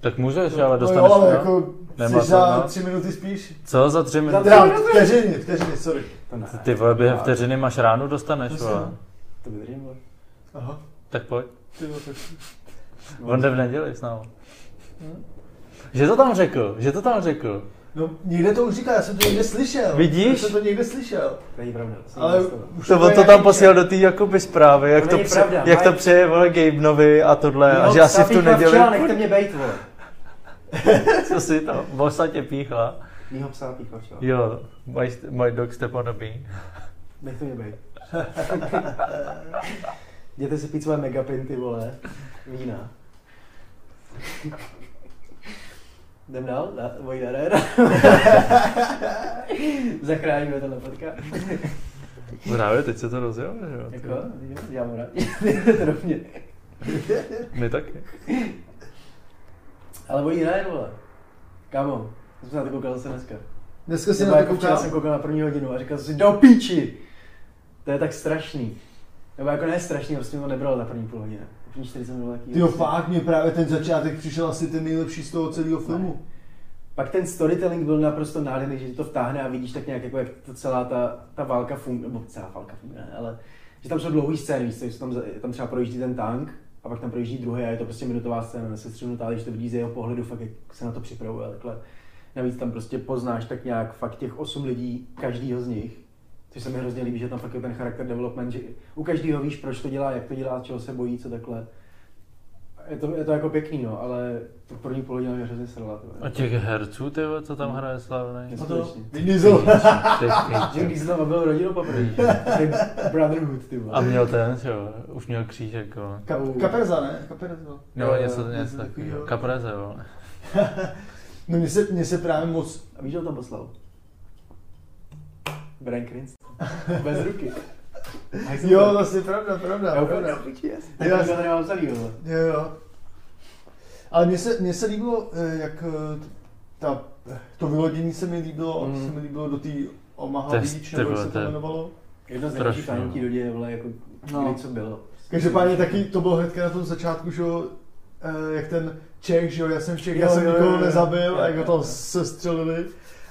Tak můžeš, ale No dostaneš jo, ale rány. jako Nemá jsi to, za no. tři minuty spíš. Co za tři minuty? Teda vteřiny, vteřiny, sorry. To ne. Ty vole, během vteřiny máš ránu, dostaneš, Jasně, vole. no. To vydržím, vole. Aha, Tak pojď. ty jo, tak. On jde v neděli s námi. Hm. Že to tam řekl, že to tam řekl. No, někde to už říká, já jsem to někde slyšel. Vidíš? Já jsem to někde slyšel. To je pravda. to jsem Ale zastavil. už To je on to nějaký tam posílal do té jakoby zprávy, jak To to, není pře- pravda, jak to Mike. přeje vole Gabenovi a tohle, a No, že asi v tu psafíkla neděli, Včela, nechte mě bejt, vole. [laughs] co si tam, vosa tě píchla. Mýho psa píkla včela. Jo, my, st- my dog step on the bee. Nechte mě bejt. [laughs] Jděte si pít své megapinty, vole. Vína. Jdem dál? Na, Vojí na arena. [laughs] Zachráníme tenhle podcast. Právě teď se to rozjelo, že jo? Jako, jo, já mám rád. [laughs] Jdete do mě. My taky. Ale vojí na arena, vole. Kámo, jsem se na to koukal zase dneska. Dneska Jsi jsem na to jako včera koukal. jsem koukal na první hodinu a říkal jsem si, do píči! To je tak strašný. Nebo jako ne strašný, prostě mě to nebral na první půl hodiny. První 40 minut byl "Prostě Ty taký. jo, fakt, mě právě ten začátek přišel asi ten nejlepší z toho celého filmu. Pak ten storytelling byl naprosto nádherný, že tě to vtáhne a vidíš tak nějak, jako jak to celá ta, ta válka funguje, nebo celá válka funguje, ne, ale že tam jsou dlouhé scény, víš, co, že jsou tam, za- tam třeba projíždí ten tank a pak tam projíždí druhý a je to prostě minutová scéna, nesestřenutá, ale když to vidíš z jeho pohledu, fakt jak se na to připravuje a takhle. Navíc tam prostě poznáš tak nějak fakt těch osm lidí, každýho z nich, což se mi hrozně líbí, že tam fakt je ten charakter development, že u každého víš, proč to dělá, jak to dělá, čeho se bojí, co takhle. Je to, je to jako pěkný, no, ale to první polovině mě hrozně srala. to je. A těch herců, ty vin, co tam hraje slavný. Něco A to, Skutečně. Vin Diesel. Že když jsem byl rodinou [laughs] poprvé, to je Brotherhood, ty vole. A měl ten, že jo, už měl křížek, jo. Kap, kaperza, ne? Kaperza. No, něco, něco něco takovýho. takového. Kapreze, vole. No mně se, mně se právě moc... A víš, kdo tam poslal? Brian Cranston. Bez ruky. A jak jsem Jo, to- vlastně pravda, Já pravda, úplně pravda. do piči, no, jasně. Jo, Tak to jasně. nemám celý, vole. Jo, jo. Ale mně se, mně se líbilo, eh, jak eh, t- ta, to vylodění se mi líbilo, Mm. mm. se mi líbilo do té Omaha Mhm. To je- Beach, to nebo jak bylo- se to to je- jmenovalo. Jedno z nejlepších Strašně, tanutí no. do děje, vole, jako No. kdy co bylo. Každopádně taky to bylo hnedka na tom začátku, že jo, eh, jak ten Čech, že jo, já jsem Čech, já Jo, jsem jo, jo, nikoho jo. nezabil, Jo, a jak ho jo, tam jo. sestřelili.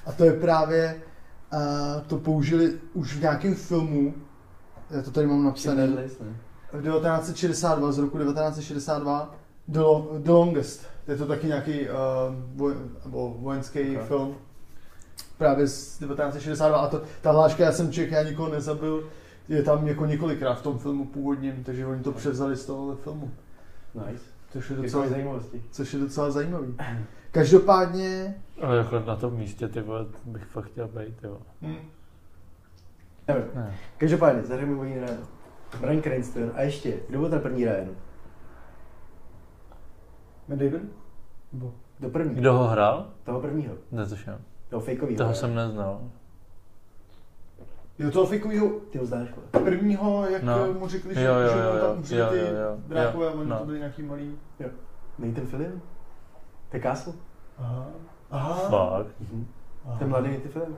A to je právě, eh, to použili už v nějakém filmu, já to tady mám napsané, Schindler's List, ne? v 1962, z roku 1962, The, Lo- The Longest. Je to taky nějaký uh, voj, nebo vojenský Ok. film, právě z 1962. A to, ta hláška Já jsem Čech, já nikoho nezabil, je tam jako několikrát v tom filmu původním, takže oni to převzali z tohohle filmu. Nice. Což je docela, Takové zajímavosti. což je docela zajímavý. Každopádně, Ale jako na tom místě, ty vole, bych fakt chtěl být, jo. hm, Nevím. Ne. Každopádně, zahrajeme vojí ráno. Brian Cranston a ještě, kdo byl ten první Ryan? Matt Damon? Nebo- Do první, Kdo ho hrál? toho prvního, Netuším. toho fejkovýho. Toho Ryan. jsem neznal. Jo, toho fikovýho Ty ho znáš, vole. prvního, jak No. no. mu řekli, že, Jo, jo, že jo, jo, tam přijde jo, ty jo, jo. drákové, a oni No. to byli nějaký malý. Nathan Fillion? The Castle? Aha. Aha. Fakt. Mhm. Aha. Ten mladý Nathan Fillion?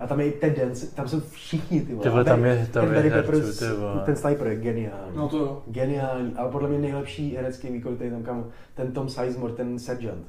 A tam je i ten den, tam jsou všichni ty vole. Ty vole, tam Barry- je- tam ten je Barry herců, Peppers, ty vole. Ten sniper je geniální. No to jo. Geniální, ale podle mě nejlepší herecký výkon, který tam kam, ten Tom Sizemore, ten sergeant.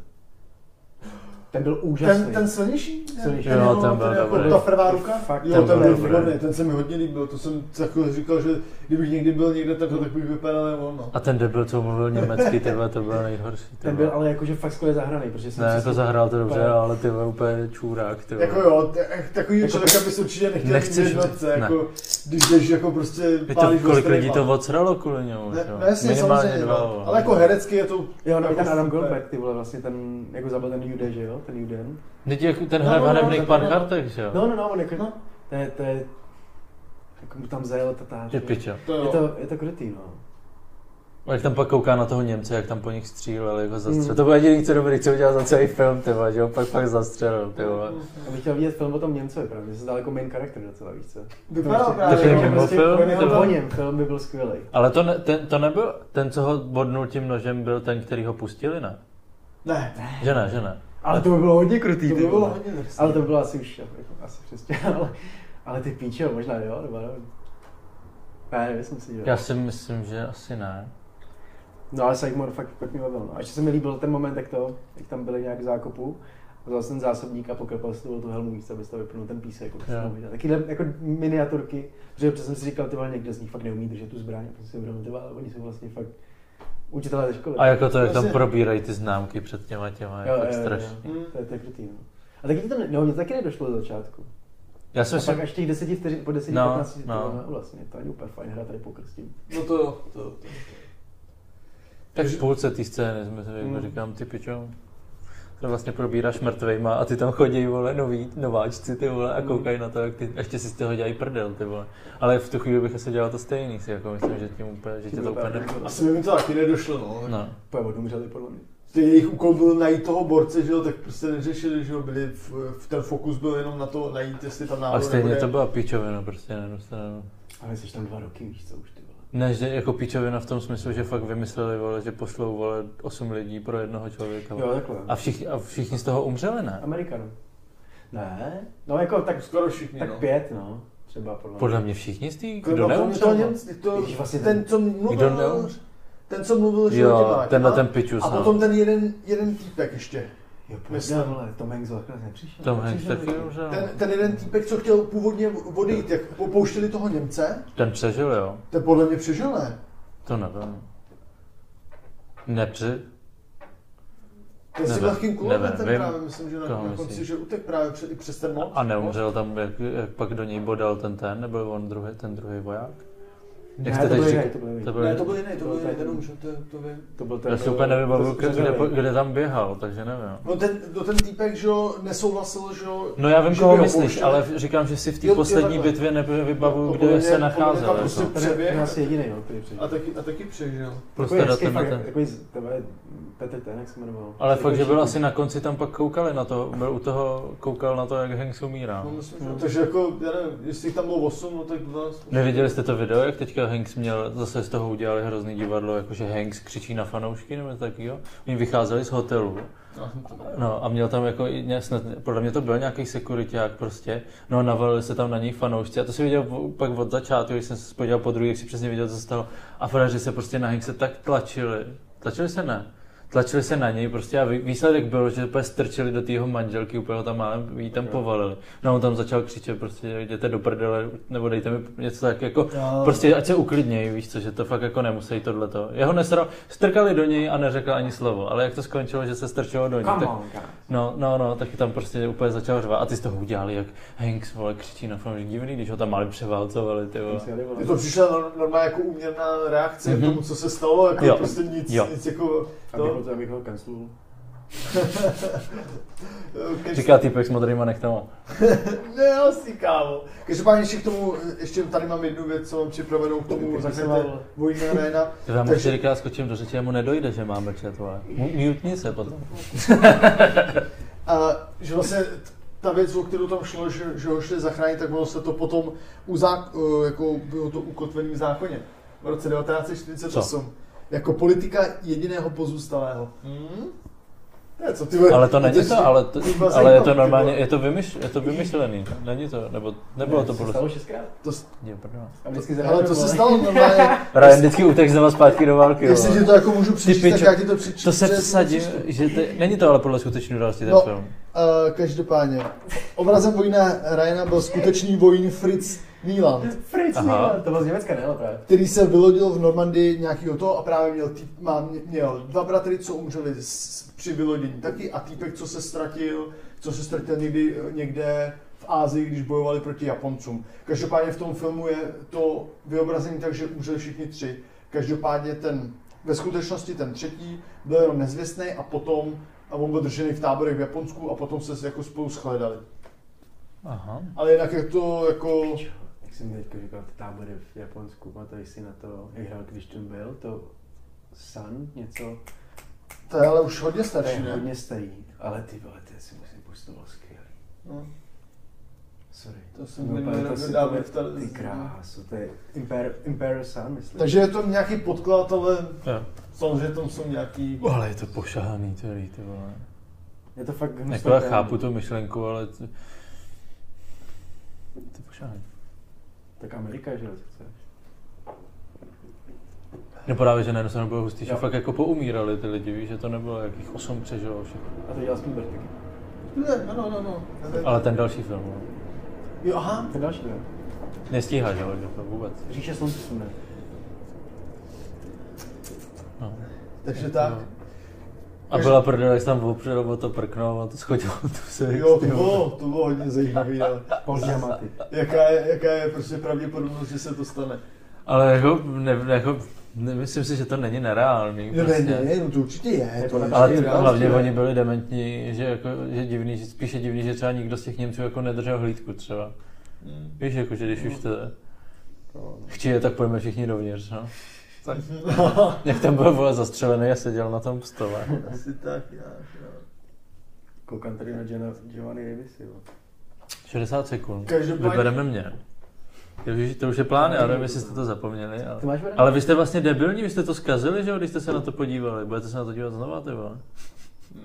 Ten byl úžasný. Ten, ten silnější? Ne? Silnější. Jo, ten byl ten dobrý. jako ta prvá ruka? Fakt, jo, ten ten byl byl dobrý. výborný, ten se mi hodně líbil, to jsem jako říkal, že kdybych někdy byl někde takhle, tak bych vypadal jako on. No. A ten debil, co mluvil německy, tyhle, to byl nejhorší. ty ten vole. byl ale jakože fakt skvěle zahraný, protože jsem Ne, si jako s- zahrál to dobře, vypadal. ale ty vole, úplně čůrák, ty vole. Jako jo, t- takový Jako- člověka bys určitě nechtěl Nechceš mít v mít, jednotce, ne. jako když jdeš jako prostě Je to, pálíš kolik ostrýma. lidí to odsralo kvůli němu, Ne, že jo? no jasně, samozřejmě, dva, no. vole. ale jako herecky je to... Jo, no i jako ten Adam super. Goldberg, ty vole, vlastně ten, jako zabil ten Jude, že jo, ten Juden. Teď jako ten No, hra v no, no, hanebných no, pan no. kartek, že jo? No, no, no, on jako, No. to je, to je, jako mu tam zajel ta táta. Ty pičo. To Je jo. to, je to krutý, no. A jak tam pak kouká na toho Němce, jak tam po nich střílel, Hmm. jako zastřelil. To bylo jediný, co dobrý, co udělal za celý film, ty vole, že jo? Pak pak zastřelil, ty vole. Já bych chtěl vidět film o tom Němcovi, právě, že se zdal jako main character docela, víš co? Vypadal To právě, ještě- Takový no. to mimo ještě film, prostě- to O bylo- něm film by byl skvělý. Ale to, ne, ten, to nebyl, ten, co ho bodnul tím nožem, byl ten, který ho pustili, ne? Ne, Že ne, že ne? Ale to by bylo hodně krutý, to ty by bylo vole. hodně drsný. Ale to bylo asi už, jako, asi přesně, [laughs] ale, ale ty píče, jo, možná jo, nebo nevím. Já nevím, jsem si dělal. Já si myslím, že asi ne. No ale Sigmore fakt, fakt mě bavil. No. A ještě se mi líbil ten moment, jak, to, jak tam byli nějak v zákopu. Vzal jsem ten zásobník a poklepal si tu tu helmu víc, aby to vypnul ten písek. Jako, Jo. jsem ho viděl. Takyhle jako miniaturky, protože občas jsem si říkal, ty vole, někdo z nich fakt neumí držet tu zbraň, protože si uvědomil, ty vole, oni jsou vlastně fakt učitelé ze školy. A jako to, jak tam Vlastně- probírají ty známky před těma těma, je Jo, fakt jo, jo, strašný. jo. Hmm. To je, to je krutý, no. A taky ti to, ne, no, mě to taky nedošlo do začátku. Já si A pak myslím, až těch 10 vteřin, po 10, No, 15 vteřin, no. no. vlastně, to je úplně fajn hra tady poker s tím. No to jo, to jo. to jo. tak v půlce té scény jsme si jako Mm. říkám, ty pičo, to vlastně probíráš mrtvejma a ty tam chodí, vole, noví, nováčci, ty vole, a koukají na to, jak ty, ještě si z toho dělají prdel, ty vole. Ale v tu chvíli bych asi dělal to stejný, si jako myslím, že tím úplně, že tě to úplně ne... Asi by mi to taky nedošlo, no. No. Úplně odumřeli, podle mě. Ty jejich úkol byl najít toho borce, že jo, tak prostě neřešili, že jo, byli v, v ten fokus byl jenom na to najít, jestli tam náhodou A stejně nebude. to byla pičovina, prostě nedostanu. Ale jsi tam dva roky, víš co už ty vole. Ne, že jako pičovina v tom smyslu, že fakt vymysleli, vole, že pošlou, vole, osm lidí pro jednoho člověka. Jo, takhle. No. no. A všichni, a všichni z toho umřeli, ne? Amerikanů. Ne, no jako tak, skoro všichni, tak no. pět, no. Třeba podle, Podle mě všichni z té, Kromě kdo toho- neumřel. toho no? Němce- to, Ježíš, vlastně ten, ten- co mluvil, Kdo neumřel? ten, co mluvil, že no. Jo, těma tenhle těma. ten pičus, A no. potom ten jeden, jeden týpek ještě. Jo, Myslím. pojďme, vole, Tom Hanks nakonec nepřišel. Tom Hanks Nepřišel taky taky. umřel. Ten, ten jeden týpek, co chtěl původně odejít, jak popouštěli toho Němce, Ten přežil, jo? ten podle mě přežil, ne? To nevím. Nepři... Ten si Nevím, lehkým kulometem nevím. právě, myslím, že na, Koho na konci, myslíš? že utek právě před, i přes ten most. A neumřel tam, jak, jak pak do něj bodal ten ten, nebyl on druhý, ten druhý voják? Ne, Jak jste to teď byl říkal? jiný, to byl jiný. To byl... Ne, to byl jiný, to To byl byl jiný, ten ten- umřel, to, to vím. To byl ten... Já si úplně nevybavil, to- to- kde, to- po- kde tam běhal, takže nevím. No ten, no ten týpek, že jo, nesouhlasil, že jo, No já vím, Že koho by ho myslíš, pouštěli. ale říkám, že si v Jo, té jo, poslední takhle. bitvě No, nevybavuju, to kde podle se mě- podle nacházel. mě tam jako. prostě- Ten je- ten je Přeběh. asi jediný, no, který přežil. a taky, a taky přežil. Prostě Takový hezký datem na fakt, ten. Takový, z- to je Petr ten, jak se jmenoval. Ale Takový fakt, že byl šípný. asi na konci, tam pak koukali na to, byl u toho, koukal na to, jak Hanks umírá. No, myslím, že... Takže jako, já nevím, jestli jich tam bylo 8, no tak 12. Neviděli jste to video, jak teďka Hanks měl, zase z toho udělali hrozný divadlo, jakože Hanks křičí na fanoušky nebo takového. Oni vycházeli z hotelu. No a měl tam jako, i ně- snad, podle mě to byl nějaký sekuriták prostě, no a navalili se tam na něj fanoušci a to si viděl po- pak od začátku, když jsem se podíval po druhý, jak si přesně viděl, co se stalo a fraři se prostě na Hinkse tak tlačili, tlačili se ne, tlačili se na něj prostě a vý- výsledek byl, že úplně strčili do té jeho manželky, úplně ho tam málem jí tam povalili. No a on tam začal křičet prostě, jděte do prdele, nebo dejte mi něco tak jako, prostě ať se uklidnějí, víš co, že to fakt jako nemusí tohleto. Jeho nesra, strkali do něj a neřekl ani slovo, ale jak to skončilo, že se strčilo do něj, Come tak on, guys. No, no, no, taky tam prostě úplně začal řvát a ty z toho udělali, jak Hanks, vole, křičí na fanoušek divný, když ho tam mali převálcovali, ty vole. Musí jeli, vole. Je to přišla nor- normálně jako úměrná reakce mm-hmm. k tomu, co se stalo, jako Jo. jo. prostě nic, Jo. jo. nic jako Abych to. ho- Abych ho kancelul. Každopádně- Říká týpek s modrýma nechtama. Ne, asi kámo. Každopádně ještě k tomu, ještě tady mám jednu věc, co mám připravenou k tomu, Ty tak pisoval. vojna arena. Ty vám Takže- čtyřikrát prostě skočím do řeči, jemu nedojde, že máme čet, vole. Mu- Mutni se potom. A že vlastně t- ta věc, o kterou tam šlo, že, že ho šli zachránit, tak bylo se to potom uzák, eh, jako bylo to ukotvený v zákoně v roce 1948. Co? Jako politika jediného pozůstalého. Hmm? Ne, co ty vole, Ale to není je to, ale, to, kurva ale je to zajímavý, normálně, ty vole. je to, vymyš, je to vymyšlený, není to, nebo nebylo to prostě- podle... Stalo šestkrát. To s- Dě, prdele. A vždycky zahraju, Ale to se vole. [laughs] stalo normálně. Ryan vždycky utek znova zpátky do války, Jestliže vole. to jako můžu přečíst, tak pičo. já ti to přečístu. To se přečtu. vsadím, že to, není to ale podle skutečné události ten No. film. Eh, Každopádně, obrazem vojna Ryana byl skutečný vojín Fritz Nieland. Fritz, Aha. Nieland, to byl z Německa, ne, ale právě. který se vylodil v Normandii nějakého toho a právě měl, týp, má, měl dva bratry, co umřeli s, při vylodění taky a týpek, co se ztratil, co se ztratil někdy, někde v Ázii, když bojovali proti Japoncům. Každopádně v tom filmu je to vyobrazení tak, že umřeli všichni tři. Každopádně ten, ve skutečnosti ten třetí byl jenom nezvěstný a potom a on byl držený v táborech v Japonsku a potom se jako spolu shledali. Aha. Ale jinak je to jako... Jak jsem teďka říkal, ty tábory v Japonsku, pamatuješ si na to, jak hrál Christian Bale, to Sun, něco, To je ale už hodně to je starší, ne? hodně starý, ale ty vole, ty si musím pustit, to bylo skvělý. No. Sorry. To jsem No, minulý to rok si- nedávno v Ty televizi. krásu, to je Imper, Imperial Sun, myslím. Takže je to nějaký podklad, ale Jo. samozřejmě tam jsou nějaký... Ale je to pošahaný, to je, ty vole. je to fakt hnusné. Jako já téma. chápu tu myšlenku, ale... To, to je pošahaný. Tak Amerika, že jo, co chceš. No právě, že najednou se nebylo hustý, že Jo. fakt jako poumírali ty lidi, víš, že to nebylo, jakých osm přežilo všechno. A to dělal Spielberg taky. Ne, no, no, no, no. Ale ten další film, no. Jo, aha. Ten další, ne? Nestíhá, že jo, že to vůbec. Říše slunců ne. No. Takže tak. A byla prdele, jak se tam opřelo o to prkno a to schodilo [laughs] tu se. Jo, to bylo, to bylo hodně zajímavý, ale Paul Giamatti. jaká je, jaká je prostě pravděpodobnost, že se to stane? Ale jako, ne, jako, nemyslím si, že to není nereálný. prostě. Jo, ne, ne, ne, no to určitě je. To je Ale je no. t- reálný, hlavně ne? oni byli dementní, že, jako, že divný, že spíš je divný, že třeba nikdo z těch Němců jako nedržel hlídku třeba. Hm. Víš, jako, že když už to No. chtěje, tak pojďme všichni dovnitř, no. Tak. Jak tam byl vole zastřelený a seděl na tom stole. [laughs] Asi tak, nějak, no. Koukám tady na Gianna- Giovanni Rivisi, jo. 60 sekund. Každopádně- Vybereme mě. To už, to už je plán, já nevím, jestli jste to zapomněli, ale... Ty máš vrát? Ale vy jste vlastně debilní, vy jste to zkazili, že jo, když jste se na to podívali. Budete se na to dívat znova, ty vole.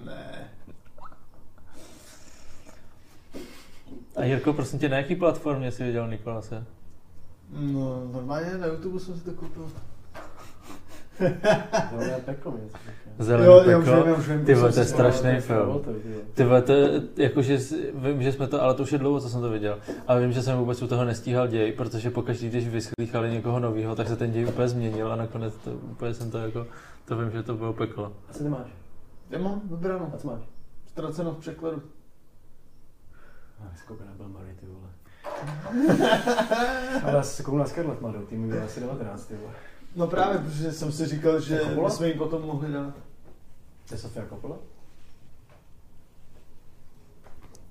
Ne. A Jirko, prosím tě, na jaký platformě jsi viděl Nikolase? No, normálně na YouTube jsem si to koupil. Zelené peklo něco. říká. Zelený Jo, já už peklo. vím, já už vím, ty co vole, jsem to je si strašný Zelené peklo, film. to, ty jo. Ty vole, to je, jakože s- vím, že jsme to, ale to už je dlouho, co jsem to viděl. A vím, že jsem vůbec u toho nestíhal děj, protože pokaždý, když vyslýchali někoho nového, tak se ten děj úplně změnil a nakonec to, úplně jsem to jako, to vím, že to bylo peklo. A co ty máš? Já mám A vybranou. co máš? Ztraceno v překladu. Já jsem koukal na Bill Murray, ty vole. [laughs] Ale já jsem se koukal na Scarlett Murray, ty mi bylo asi 19, ty vole. No právě, protože jsem si říkal, že Jako bola? jsme ji potom mohli dát. To je Sofia Coppola?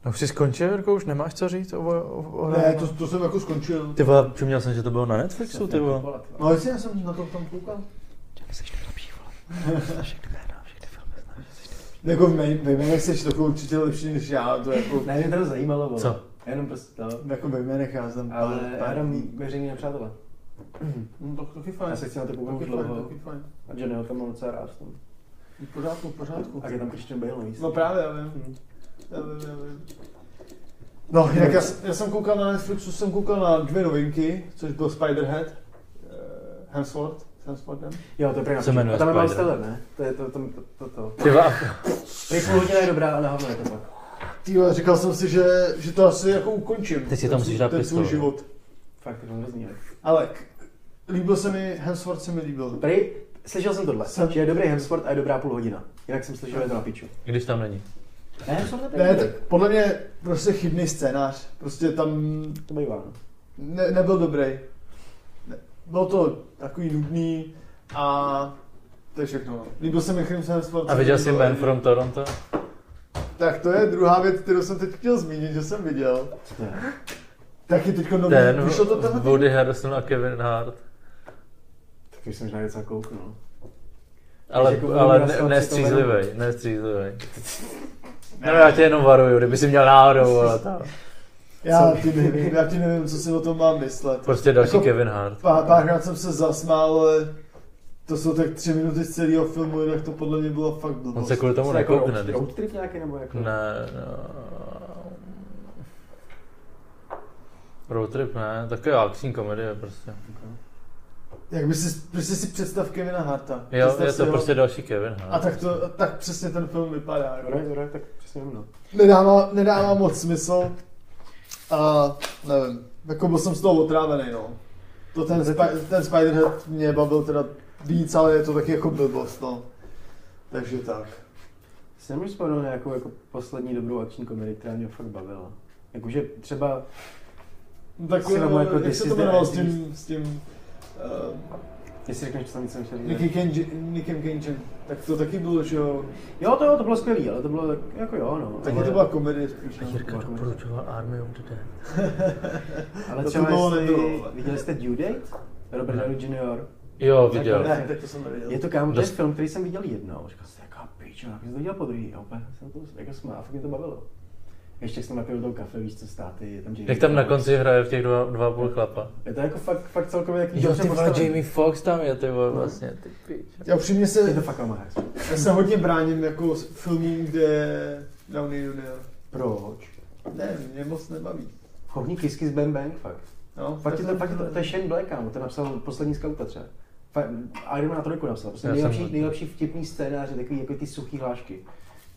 No už jsi skončil, Jirko, už nemáš co říct o, o, o Ne, to, to jsem jako skončil. Ty vole, přiměl jsem, že to bylo na Netflixu, ty vole. Coppola, ty vole. No jestli já jsem na to tam koukal. [laughs] Jako vím, vím, jak seš to určitě lepší než já, to jako... Ne, mě to zajímalo, vole. Co? Jenom prostě to. Jako ve jménech já jsem Ale já jenom veřejný nepřátelé. No to taky fajn. Já se chci na to koukat Taky už dlouho. fajn, taky fajn. A Johnnyho tam mám docela rád v tom. V pořádku, v pořádku. A je tam Christian Bale, víš? No právě, já vím. Hm. Já vím, já vím. No, jinak já, jsem- já, jsem koukal na Netflixu, jsem koukal na dvě novinky, což byl Spiderhead, eh, Hemsworth, s Hemsworthem. Jo, to je prý Se jmenuje A tam je Miles Spider. Teller, ne? To je to, to, to, to, to. Ty vole, Prý půl hodina je dobrá, ale na hovno je to pak. Ty vole, říkal jsem si, že, že to asi jako ukončím. Teď si ten svůj- tam musíš no. dát ten svůj pistoli. život. Fakt, to je hrozný. ale- Ale k- líbil se mi, Hemsworth se mi líbil. Prý, slyšel jsem tohle, Jsem- že je dobrý Hemsworth a je dobrá půl hodina. Jinak jsem slyšel, že je to na piču. když tam není. Ne, Hemsworth Ne, je tak tak. podle mě prostě chybný scénář. Prostě tam To bývá, no. ne, nebyl dobrý. Ne, bylo to takový nudný a to je všechno. no. Líbil se mi Crimson Hemsworth. A viděl jsi Man from Toronto? Tak to je druhá věc, kterou jsem teď chtěl zmínit, že jsem viděl. Co to je? Taky teď nový, Ten, No, vyšlo to tenhle Woody Harrelson a Kevin Hart. Tak myslím, že na něco kouknu. Ale, Jako ale Woody ne, Harrelson nestřízlivej, nestřízlivej. No já tě jenom varuju, kdyby si měl náhodou, ale tam. Já ti nevím, já ti nevím, co si o tom mám myslet. Prostě další Jako- Kevin Hart. Pár, párkrát jsem se zasmál, ale to jsou tak tři minuty z celého filmu, jinak to podle mě bylo fakt On blbost. se kvůli tomu Co, jako nekoukne. road, když- road trip nějaký nebo jako? Ne, no. Road trip ne, taková akční komedie prostě. Jak by si, prostě si představ Kevina Harta. Jo, Představ je si to ho. prostě další Kevin. Hart. A tak, to, tak přesně ten film vypadá. Jako. Dobré, dobré, tak přesně jenom. no. Nedává, nedává moc smysl. A nevím, jako byl jsem z toho otrávený, no. To ten, spi- ten Spiderhead mě bavil teda víc, ale je to taky jako blbost, no. Takže tak. Jsem už vzpomněl nějakou jako poslední dobrou akční komedii, která mě fakt bavila. Jakože třeba No Tak Asi jako, vám jako jak This se is to the jmenovalo s End. tím, s tím eh, Ty si řekneš, že tam nic jsem uh, chtěl Nicky Kenji- Nickem Kenjem, tak to taky bylo, že jo. Jo, to jo, to bylo skvělý, ale to bylo tak, jako jo, no. Taky ale, to byla komedie spíš, no. Jirka doporučoval Army of the Dead. Ale to třeba to bylo jestli, nebylo, ale. viděli jste Due Date? Robert Ne. Downey Jr. Jo, viděl. Ne, tak to jsem neviděl. Je to kámo, to je Dost- film, který jsem viděl jednou. Říkal jsem, jaká píčo, jak jsem to viděl po druhý. A úplně jsem to jako smál, fakt mě to bavilo. Ještě jak jsem napil toho kafe, víš co státy, je tam Jamie Jak tam na Foxx. konci hraje v těch dva, dva půl chlapa. Je to jako fakt, fakt celkově jaký Jo, ty vole, Jamie Foxx tam je, ty vole, No. vlastně, ty pič. Já upřímně Je to se, fakt Max. já se hodně bráním jako s- filmům, kde je Downey Junior. Proč? Ne, mě moc nebaví. Chovní kisky z Bang Bang, fakt. No, Fakt je to, jsem- fakt je to, to je Shane Black, kámo, ten napsal poslední skauta třeba. Fakt, Iron Man 3 napsal, prostě Já jsem- nejlepší, nejlepší vtipný scénáře, takový jako ty suchý hlášky.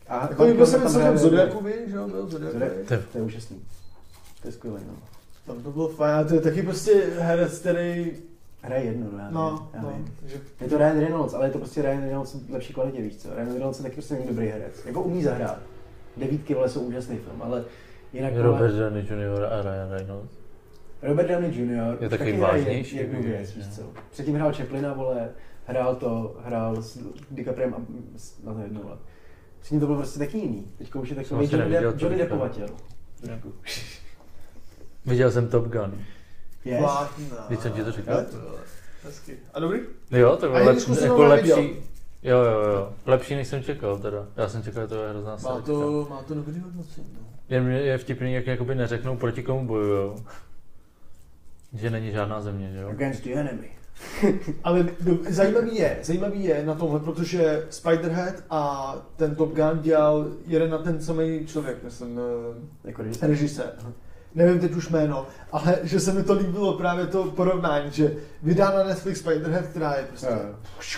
A Jako líbil se mi co jako- hraje- tam Zodiaku, víš, že jo, byl Zodiac. Zodiaku. Ty, To je úžasný. To je skvělý, no. Tam to bylo fajn, ale to je taky prostě herec, který, Hraje jedno, no, já vím, no, já no, vím. že Je to Ryan Reynolds, ale je to prostě Ryan Reynolds v lepší kvalitě, víš co? Ryan Reynolds je taky prostě není dobrý herec. Jako umí zahrát. Devítky vole jsou úžasný film, ale jinak... vole, Robert Downey Jr. a Ryan Reynolds. Robert Downey Jr. Je takový taky hraje vážnější, Jednu víš, věc, jo. víš co? Předtím hrál Chaplina, vole, hrál to, hrál s DiCapriem a s- na to jedno, vole. Předtím to bylo prostě taky jiný. Teďka už je Jsem takový asi Johnny, neviděl Depp, Johnny tolik, Deppovatel. Viděl jsem Top Gun. Yes. vládná. Víš, co ti to říkal? Jo, jo, Hezky. A dobrý? Jo, to A bylo jiný lepší, způsobem jako ho lepší. neviděl. Jo, jo, jo. Lepší, než jsem čekal teda. Já jsem čekal, že to je hrozná Má sračka. to, má to dobrý hodnocení, no. Je, je vtipný, jak jakoby neřeknou, proti komu bojujou. Že není žádná země, že jo? Against the enemy. Ale do, zajímavý je, zajímavý je na tomhle, protože Spiderhead a ten Top Gun dělal jeden na ten samý člověk, myslím, eh, Jako když režisér. Nevím teď už jméno, ale že se mi to líbilo právě to porovnání, že vydá na Netflix Spiderhead, která je prostě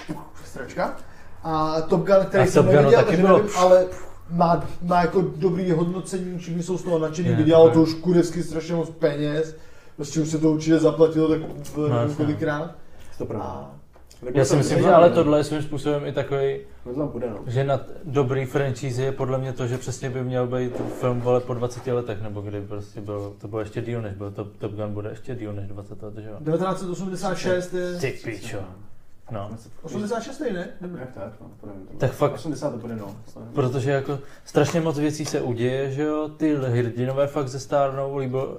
Jo. stračka, a Top Gun, který A jsem Top Gunu neviděl, taky takže bylo- nevím, ale má, má jako dobrý hodnocení, všichni jsou z toho nadšení, Je, vydělalo to tak. už kurevsky strašně moc peněz, prostě už se to určitě zaplatilo tak v, No, no, jasně. kolikrát. to pravda. A Tak Já to si tam myslím, bude, že ale no. tohle je svým způsobem i takový, To tam půjde, no. že na t- dobrý franchise je podle mě to, že přesně by měl být film vole po 20 letech, nebo kdy prostě byl, to bylo ještě díl, než byl Top, Top Gun, bude ještě díl než 20 let, že jo? 1986 je... Ty pičo. No. 86 ne? Jak tak, no, to nevím. to Tak fakt- 80 to bude, no. To nevím. Protože jako strašně moc věcí se uděje, že jo, ty hrdinové fakt zestárnou, líbilo,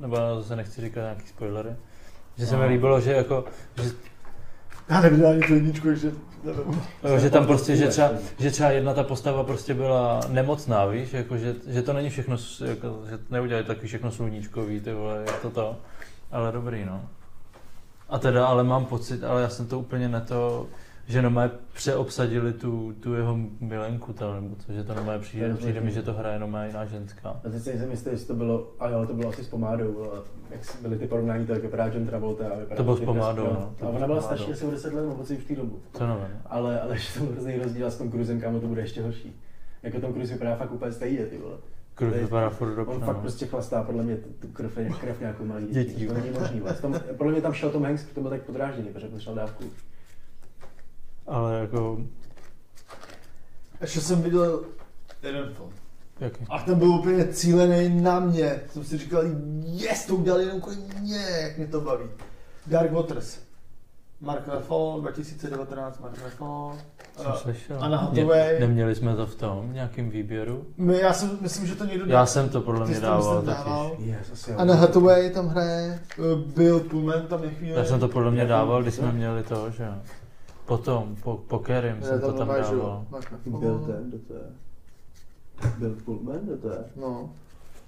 nebo já zase nechci říkat nějaký spoilery, že se mi No. líbilo, že jako, že Já nevím ani tu jedničku, takže nevím. Jo, že tam prostě, že vůbec, třeba, ne? že třeba jedna ta postava prostě byla nemocná, víš, jako, že, že to není všechno, s- jako, že to neudělali taky všechno sluníčkový, ty vole, je to to, ale dobrý, no. A teda, ale mám pocit, ale já jsem to úplně na to, že normálně přeobsadili tu, tu jeho milenku tam, nebo co, že to normálně To přijde, je přijde mi, rozhodně. že to hraje normálně jiná ženská. A teď si nejsem jistý, jestli to bylo, a jo, to bylo asi s pomádou, ale jak byly ty porovnání, to jak vypadá John Travolta a vypadá To bylo s ty pomádou, prst, no. jo. To A bylo ona s byla pomádou. starší asi o 10 let, nebo si už v té dobu. To no, nevím. Ale, ale že to byl hrozný rozdíl a s tom Cruzem, kámo, to bude ještě horší. Jako tom Cruz vypadá fakt úplně stejně, ty vole. Kruh To je- vypadá furt dobře, On fakt no. prostě chlastá, podle mě, tu krev, krev nějakou malý. Dětí. To není možný, vole. Tam, podle mě tam šel Tom Hanks, protože byl tak podrážděný, protože potřeboval dávku. Ale jako, Ještě jsem viděl jeden film. jaký? A ten byl úplně cílený na mě. Jsem si říkal, yes, to udělali jenom kvůli mě, jak mě to baví. Dark Waters. Mark Ruffalo, 2019 Mark Ruffalo. Jsem slyšel. Anna Ně- Hathaway. Neměli jsme to v tom, nějakým výběru? Eh, My, já jsem, myslím, že to někdo Já jsem to podle Ty mě jsi to, dával myslím, totiž. dával. Yes, asi jo. Anna Hathaway tam hraje, eh, Bill Pullman tam je chvíli. Já jsem to podle mě Nějaký- dával, když jsme měli to, že jo. Potom, po, po Kerim Ne, jsem to tam normálně, že jo, dával. Mark Ruffalo. Byl ten, kdo to je? Byl Pullman, kdo to je? No,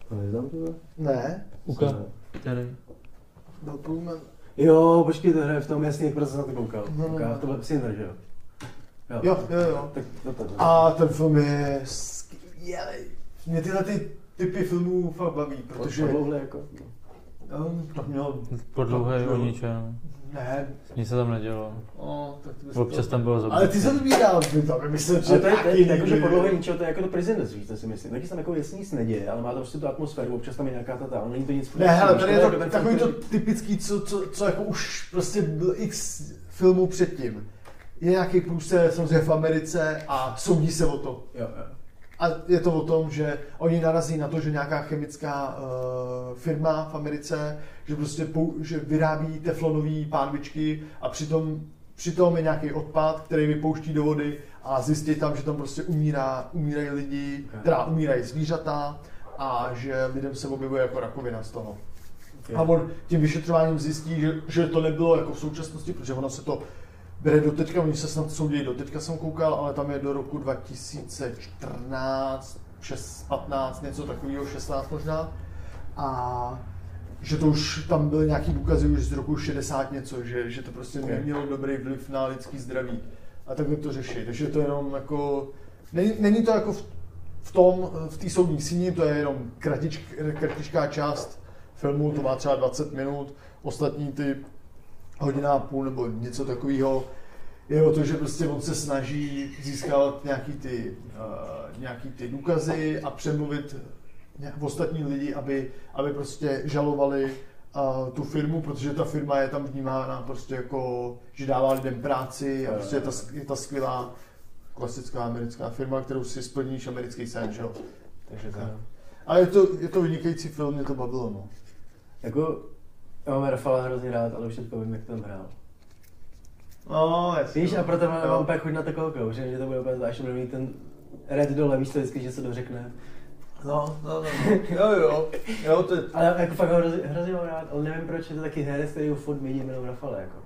To neznám, ty vole. ne, Uka- Který? Bill Pullman. Jo, počkej, to hraje v tom, jasně, proč jsem na to koukal. koukal to byl Sinner, že jo? No, Jo, jo, jo. Tak to to. A ten film je skvělý. Mě tyhle ty typy filmů fakt baví, protože... protože dlouhle jako. no. Um, to měl... Po dlouhé je o ničem. Ne, Nic se tam nedělo. o, tak to bys... Občas tam bylo zabít. Ale ty jsem vybíral, ty to by myslím, že Ale to je, to taky je jakože někdy. po dlouhém ničeho, to je jako to Prisoners, víš, to si myslím. Taky se tam jako jasně nic neděje, ale má to prostě tu atmosféru, občas tam je nějaká ta ta, ale není to nic Ne, hele, tady je jako ten film, to takový to který- typický, co, co, co jako už prostě byl x filmů předtím. Je nějaký průser samozřejmě v Americe a soudí se o to. Jo, jo. A je to o tom, že oni narazí na to, že nějaká chemická uh, firma v Americe, že prostě pou, že vyrábí teflonové pánvičky a přitom, přitom je nějaký odpad, který vypouští do vody a zjistí tam, že tam prostě umírá, umírají lidi, Ok. teda umírají zvířata a že lidem se objevuje jako rakovina z toho. Jo. A on tím vyšetřováním zjistí, že, že to nebylo jako v současnosti, protože ono se to bere do teďka, oni se snad soudějí do teďka jsem koukal, ale tam je do roku 2014, 6, 15, něco takového, 16 možná. A že to už tam byly nějaký důkazy už z roku 60 něco, že, že to prostě Ok. nemělo dobrý vliv na lidský zdraví. A takhle to řeší. Takže to je jenom jako... Není, není to jako v, v tom, v té soudní síni, to je jenom kratič, kratičká část filmu, to má třeba 20 minut, ostatní ty hodina a půl nebo něco takového. Je o to, že prostě on se snaží získávat nějaký ty, uh, nějaký ty důkazy a přemluvit ně- ostatní lidi, aby, aby prostě žalovali uh, tu firmu, protože ta firma je tam vnímána prostě jako, že dává lidem práci a prostě je ta, sk- je ta skvělá klasická americká firma, kterou si splníš americký sen, že jo? Takže tak. A je to, je to vynikající film, mě to bavilo, no. Jako, já mám Rafala hrozně rád, ale už teďka vím, jak to tam hrál. No, jasně. Víš, a proto mám, Jo. mám úplně chuť na to koukou, že, že to bude úplně zvlášť, že bude mít ten red dole, víš to vždycky, že se dořekne. No, no, no, no. jo, jo, jo, to je... Ale jako fakt ho hrozně, hrozně mám rád, ale nevím proč, je to taky herec, který ho furt vidím jenom Rafale, jako.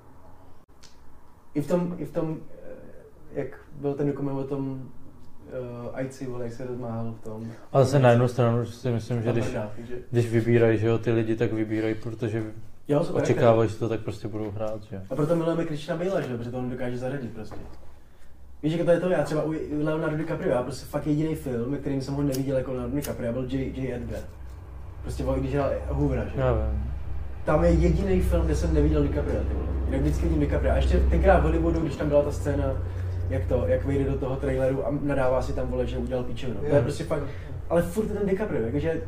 I v tom, i v tom, eh, jak byl ten dokument o tom uh, IC, vole, jak se rozmáhal v tom. Ale zase na jednu stranu si myslím, že Tam když, hrál, takže- když vybírají, že jo, ty lidi, tak vybírají, protože Jo, super, očekávají, že to tak prostě budou hrát, že jo. A proto milujeme Krishna Bale, že jo, protože to on dokáže zařadit prostě. Víš, jak to je to, já třeba u Leonardo DiCaprio, já prostě fakt jediný film, ve kterým jsem ho neviděl jako Leonardo DiCaprio, byl J. J. Edgar. Prostě vole, když hrál Hoovera, že jo. Já vím. Tam je jediný film, kde jsem neviděl DiCaprio, ty vole. Jinak vždycky vidím DiCaprio. A ještě tenkrát v Hollywoodu, když tam byla ta scéna, jak to, jak vyjde do toho traileru a nadává si tam vole, že udělal píčovinu. To je Jo. prostě fakt, ale furt je ten DiCaprio, jakože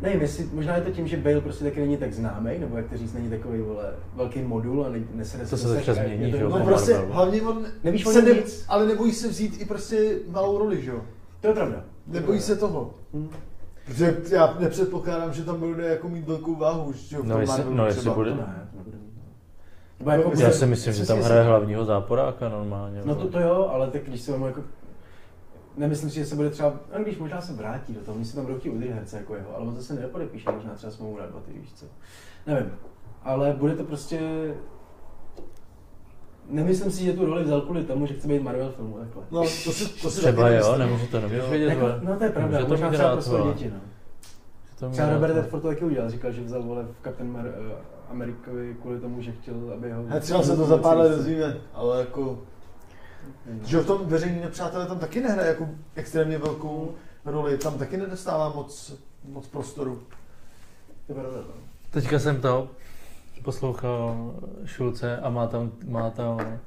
Nevím, jestli, možná je to tím, že Bale prostě taky není tak známý, nebo jak to říct, není takový vole, velký modul a ne, nesede To se nese- začne tak- změní, je to- že jo, No Marvel. prostě, hlavně on Nevíš o se něm ne, nic. ale nebojí se vzít i prostě malou roli, že jo? To je pravda. Nebojí se toho. Hm. Protože já nepředpokládám, že tam bude jako mít velkou váhu, že jo? v No, tom jestli- Marvelu no, třeba. jestli To bude. ne, to nebude mít, no. Nebo jako, Já Já myslím, si myslím, že tam hraje hlavního záporáka normálně. No vole. to, to jo, ale tak když se vám jako... Nemyslím si, že se bude třeba, no když možná se vrátí do toho, oni se tam budou chtít udržet herce jako jeho, ale on zase nepodepíše možná třeba smlouvu na dva, ty víš co. Nevím, ale bude to prostě... Nemyslím si, že tu roli vzal kvůli tomu, že chce být Marvel filmu takhle. No, to si, to si Třeba taky jo, nemyslím. nemůžu to nemůžu vědět, Jako, vole. no to je pravda, Může to možná mít třeba rád, pro své vole. děti, no. Že to Třeba může- Robert Redford to taky udělal, říkal, že vzal vole v Captain Mar- eh, Amerikovi kvůli tomu, že chtěl, aby ho... A třeba se to za pár let dozvíme, ale jako... Hmm. Že v tom veřejní nepřátelé tam taky nehraje jako extrémně velkou roli, tam taky nedostává moc, moc prostoru. To je pravda, no. Teďka jsem to poslouchal Šulce a má tam, má tam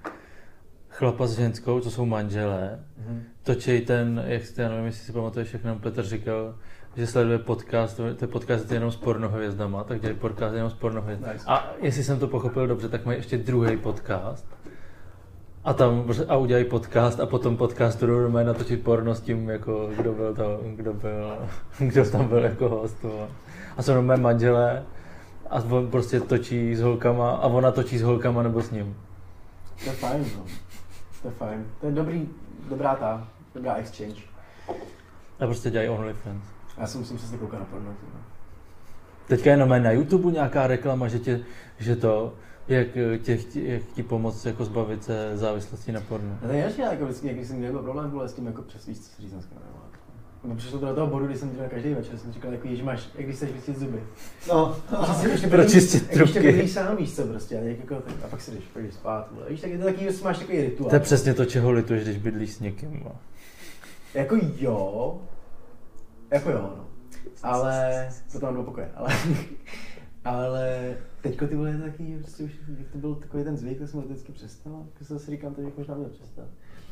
chlapa s ženskou, co jsou manželé. Mhm. Točej ten, jak si, já nevím, jestli si pamatuješ, jak nám Petr říkal, že sleduje podcast, to je podcast jenom s pornohvězdama, tak dělají podcast jenom s pornohvězdama. Nice. A jestli jsem to pochopil dobře, tak mají ještě druhý podcast. A tam prostě- a udělají podcast a potom podcastu jdou normálně natočit porno s tím, jako, kdo byl, to, kdo byl, [laughs] kdo tam byl jako host. vole. A jsou normálně manželé a on prostě točí s holkama a ona točí s holkama nebo s ním. To je fajn, no. To je fajn. To je dobrý, dobrá ta, dobrá exchange. A prostě dělají OnlyFans. Já si musím přesně koukat na porno. ty vole. Teďka je normálně na YouTube nějaká reklama, že, tě, že to, jak, eh, tě, chtí- jak ti pomoct jako zbavit se závislosti na pornu. A to je jasně, jako vždycky, jak jsem nebyl problém, vole, s tím jako přes víc, co se říct dneska, nebo jak. No přišlo to do toho bodu, kdy jsem dělal každý večer, jsem říkal, takový, že máš, jak když chceš vyčistit zuby. No, Prostě ještě Pročistit první- Ještě trubky. první sám víš co prostě, a, jak jako, a pak si jdeš, pak jdeš spát. Vole. Víš, tak je to takový, že máš takový rituál. To je přesně to, čeho lituješ, když bydlíš s někým. no. Jako jo, jako jo, no. Ale, to tam dva pokoje, ale, [laughs] ale teďko ty vole je to taky, prostě už, jak to byl takový ten zvyk, tak jsem ho vždycky přestal, tak se zase říkám, to bych možná měl přestat.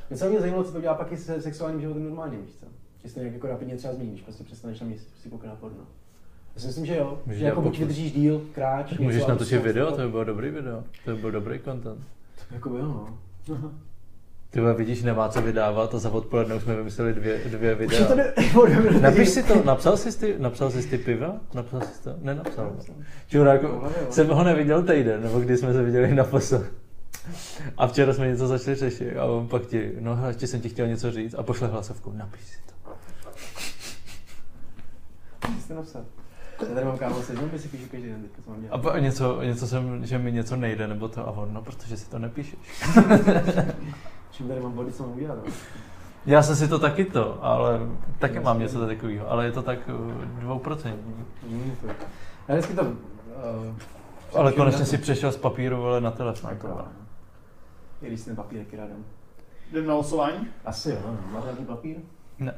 Mě se mě zajímalo, co to dělá pak i se sexuálním životem normálně, víš co? Že se to nějak jako rapidně třeba změníš, prostě přestaneš tam jíst, si koukat na porno. Já si myslím, že jo, že Můžeš dělat jako buď pokus. vydržíš díl, kráč, něco, Můžeš ale natočit prostě- video, to by bylo dobrý video. To by byl dobrý content. Jako jo, [laughs] no. Ty vole, vidíš, nemá co vydávat a za odpoledne už jsme vymysleli dvě, dvě Už je videa. to [laughs] ne... Podobně. Napiš si to, napsal jsi ty, napsal jsi ty piva? Napsal jsi to? Nenapsal. no. Čuráku, jako jsem ho neviděl týden, nebo kdy jsme se viděli na poso. A včera jsme něco začali řešit a on pak ti, no hele, ještě jsem ti chtěl něco říct a pošle hlasovku, napiš si to. Jste napsat. Já tady mám kámo, se by si píšu každý den, teďka co mám dělat. A po- něco, něco jsem, že mi něco nejde, nebo to, a on, no, protože si to nepíšeš. Čím tady mám body, co mám udělat? no? Já jsem si to taky to, ale taky mám něco takového, ale je to tak eh, dvouprocentní. Není to. Já vždycky to... Uh, Ale konečně si přešel z papíru, vole, na telefon. to vole. I když jsem papírek rádám. Jdem na losování? Asi jo, no. Máte nějaký papír? Ne.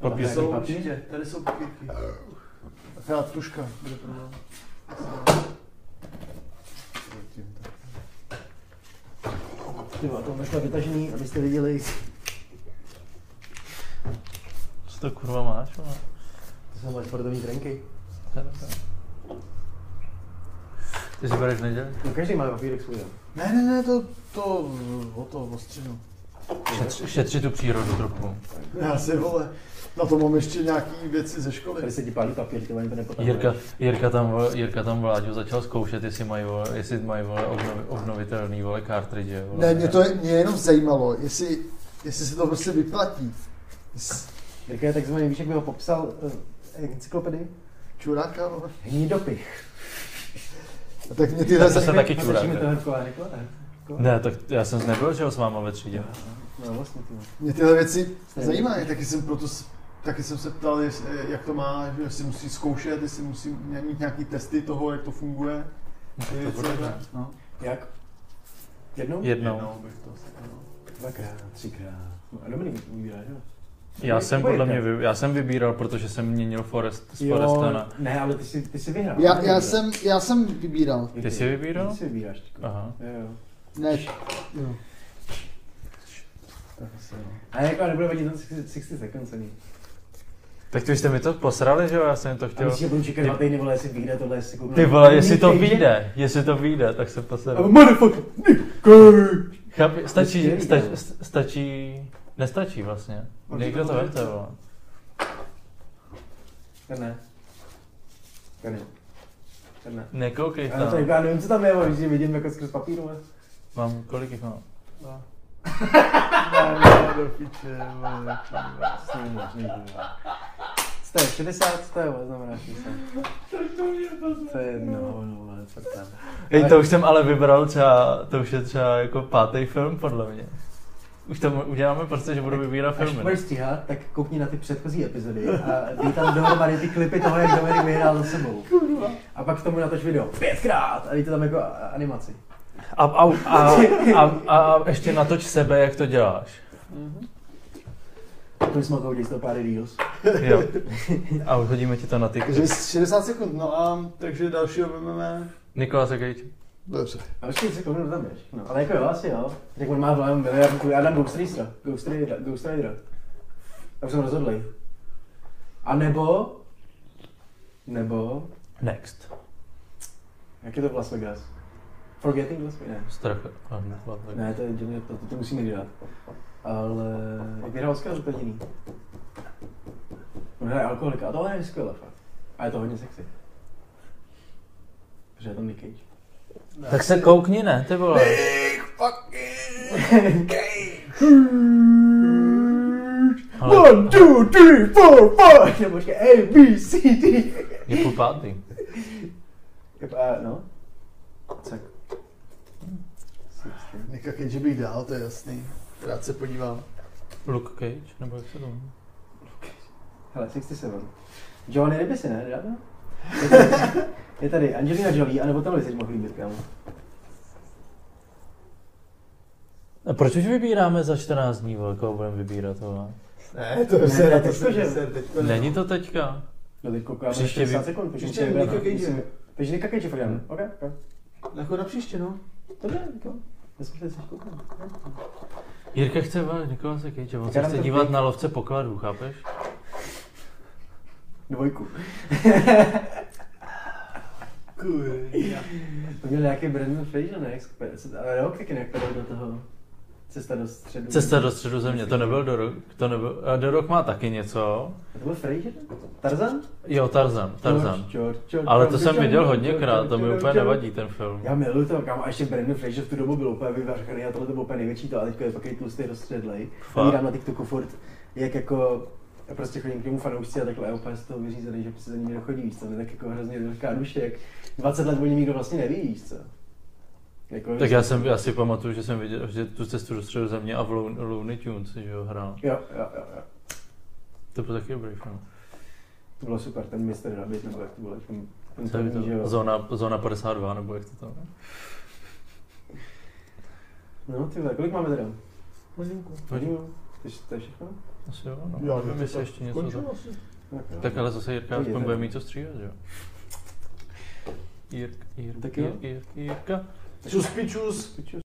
Máte Papír nějaký Jsou určitě, tady jsou papírky. Teda tuška bude problém. Ty vole, to nešlo vytažený, abyste viděli. Co to kurva máš, vole? To jsou moje sportovní trenky. To je dobré. Ty si bereš v neděli? No každý má papírek svůj. jo. Ne, ne, ne, to, to, o to, ostřinu. Šetři, šetři tu přírodu trochu. Já si vole, na to mám ještě nějaký věci ze školy. Tady se ti pálí papír, ty vole, ani to nepotáhne. Jirka, Jirka, tam, vole- Jirka tam vláďu začal zkoušet, jestli mají, vole, jestli mají vole, obnovi, obnovitelný vole, kartridže. Vole. ne, mě to je, mě jenom zajímalo, jestli, jestli se to prostě vyplatí. S- Jirka je takzvaný, víš, jak by ho popsal uh, encyklopedii? Čuráka, no. Hnidopich. A tak mě tyhle To se zajímají. taky A čurák, slyšíme ne? tohle v kolách, jako, ne? Jako? Ne, tak já jsem nebyl, že jo, s váma ve třídě. No vlastně, ty vole. Mě tyhle věci Zajímavé, taky jsem proto, s- taky jsem se ptal, jestli, jak to má, že si musí zkoušet, jestli musí mě- mít nějaký testy toho, jak to funguje. Ty to věci, bude, ne? ne? No. Jak? Jednou? Jednou. bych to asi, no. Dvakrát, třikrát. No a Dominik vybírá, že jo? Já jsem podle mě, vy- já jsem vybíral, protože jsem měnil Forest z Foresta na... ne, ale ty jsi, ty jsi vyhrál. Já, já, jsem, já jsem vybíral. Ty jsi vybíral? Ty jsi vybíráš. tyko. Aha. Jo, jo. Ne, jo. Tak asi, no. A jako a nebude vadit ten 60 seconds ani. Tak ty už jste mi to posrali, že jo, já jsem to A chtěl... musíš budu čekat dva týdny, vole, jestli vyjde tohle, jestli koupím. Ty vole, jestli to vyjde, jestli to vyjde, tak se poseru. Motherfucker! Chápi, To stačí, je stačí, skvělý, stačí, nestačí vlastně. Určitě Někdo to to bude. vemte, vole. Ten ne. Ten ne. Ten ne. Nekoukej Ale tam. to jako, já nevím, co tam je, ale vždycky vidím jako skrz papíru, ale. Mám kolik jich mám? To není možný, ty vole. To je 60, to je, vole, znamená 60. To je jedno, no, vole, co tam. Hej, to už jsem ale vybral třeba, to už je třeba jako pátý film podle mě. Už to uděláme prostě, že budu vybírat Až filmy. budeš stíhat, tak koukni na ty předchozí epizody a dej tam dohromady ty klipy toho, jak Dominik vyhrál za sebou. A pak k tomu natoč video pětkrát a dej to tam jako a- animaci. A, a, a, a, a, a ještě natoč sebe, jak to děláš. To jsme mohli udělat z toho pár reels. Jo. A hodíme ti to na ty. Takže 60 sekund, no a takže dalšího vezmeme. Nikola Sekejč. Dobře. A už si kouknu, tam běž. No, ale jako jo, asi jo. Tak on má v hlavě miliardu, já dám Ghost Ridera. Ghost Ridera, Ghost Ridera. Tak jsem rozhodlý. A nebo... Nebo... Next. Jak je to v Las Vegas? Forgetting Las Vegas? Ne. Strach. Ne, to je Johnny Depp, to, to musíme dělat. Ale jak vyhrál Oscar za to jediný. On hraje alkoholika a tohle je skvělé fakt. A je to hodně sexy. Protože je tam [laughs] Nick Cage. Tak se koukni, ne, ty vole. Ale One, two, three, four, five! Nebo počkej, A, B, C, D. je půl pátý. A, no. Tak. Nika Cage bych dál, to je jasný. Rád se podívám. Luke Cage, nebo jak se to jmenuje? Hele, 67. Johnny Ryby si ne, dá to? Je tady Angelina Jolie, anebo tohle si mohl líbit, kámo. A proč už vybíráme za 14 dní, vole, koho budeme vybírat, vole? Ne, to je Ne, se na to tak to, že- se teďko ne. Není to teďka? No teď koukáme Příště 60 vy- sekund, takže Příště musíme vybrat- Nika Cage. musíme- Takže Nika Cage fakt dáme, ok, ok. Jako na příště, no. Dobře, Niko. Já jsem se koukal. Jirka chce, vole, Nikola se Cage, on se Já dám chce ten dívat pěk. na lovce pokladů, chápeš? Dvojku. Kurva. To měl nějaký Brandon Fraser, ne? Jak skvěle- co- Ale jo, jak jinak to do toho. Cesta do středu. Cesta do středu země, to nebyl Dorok, to nebyl, a Dorok má taky něco. To byl Fraser? Tarzan? Jo, Tarzan, Tarzan. George, George, George, Ale to George, jsem George, viděl George, hodněkrát, George, to mi George, úplně George. nevadí ten film. Já miluju to, kámo, a ještě Brandon Fraser v tu dobu byl úplně vyvařený a tohle to byl úplně největší to, a teďka je takový tlustý rozstředlej. Fakt? Vydám na TikToku furt, jak jako prostě chodím k němu fanoušci a takhle a úplně z toho vyřízený, že prostě za ním nechodí, víš co, on je tak jako hrozně velká duše, jak 20 let o něm nikdo vlastně neví, víš co. Jako, Tak já, jsem, já si pamatuju, že jsem viděl že tu cestu do středu země a v Lou- Looney Tunes, že jo, hrál. Jo, jo, jo, jo. To byl taky dobrý film. To bylo super, ten Mr. Rabbit, nebo jak to bylo, ten, ten Co je první, že to? jo. Zóna, zóna 52, nebo jak to tam? je? No, ty vole, kolik máme teda? Hodinku. Hodinu? To je- To je všechno? Asi jo, no. Já Já nevím, bych jestli to ještě něco za... Končilo asi. Tak, jo. Tak ale zase Jirka To je aspoň tak. bude mít co stříhat, že jo? Jirk, Jirk, Tak Jirk, jo. Jirk, Jirka. Čus pičus. Piču,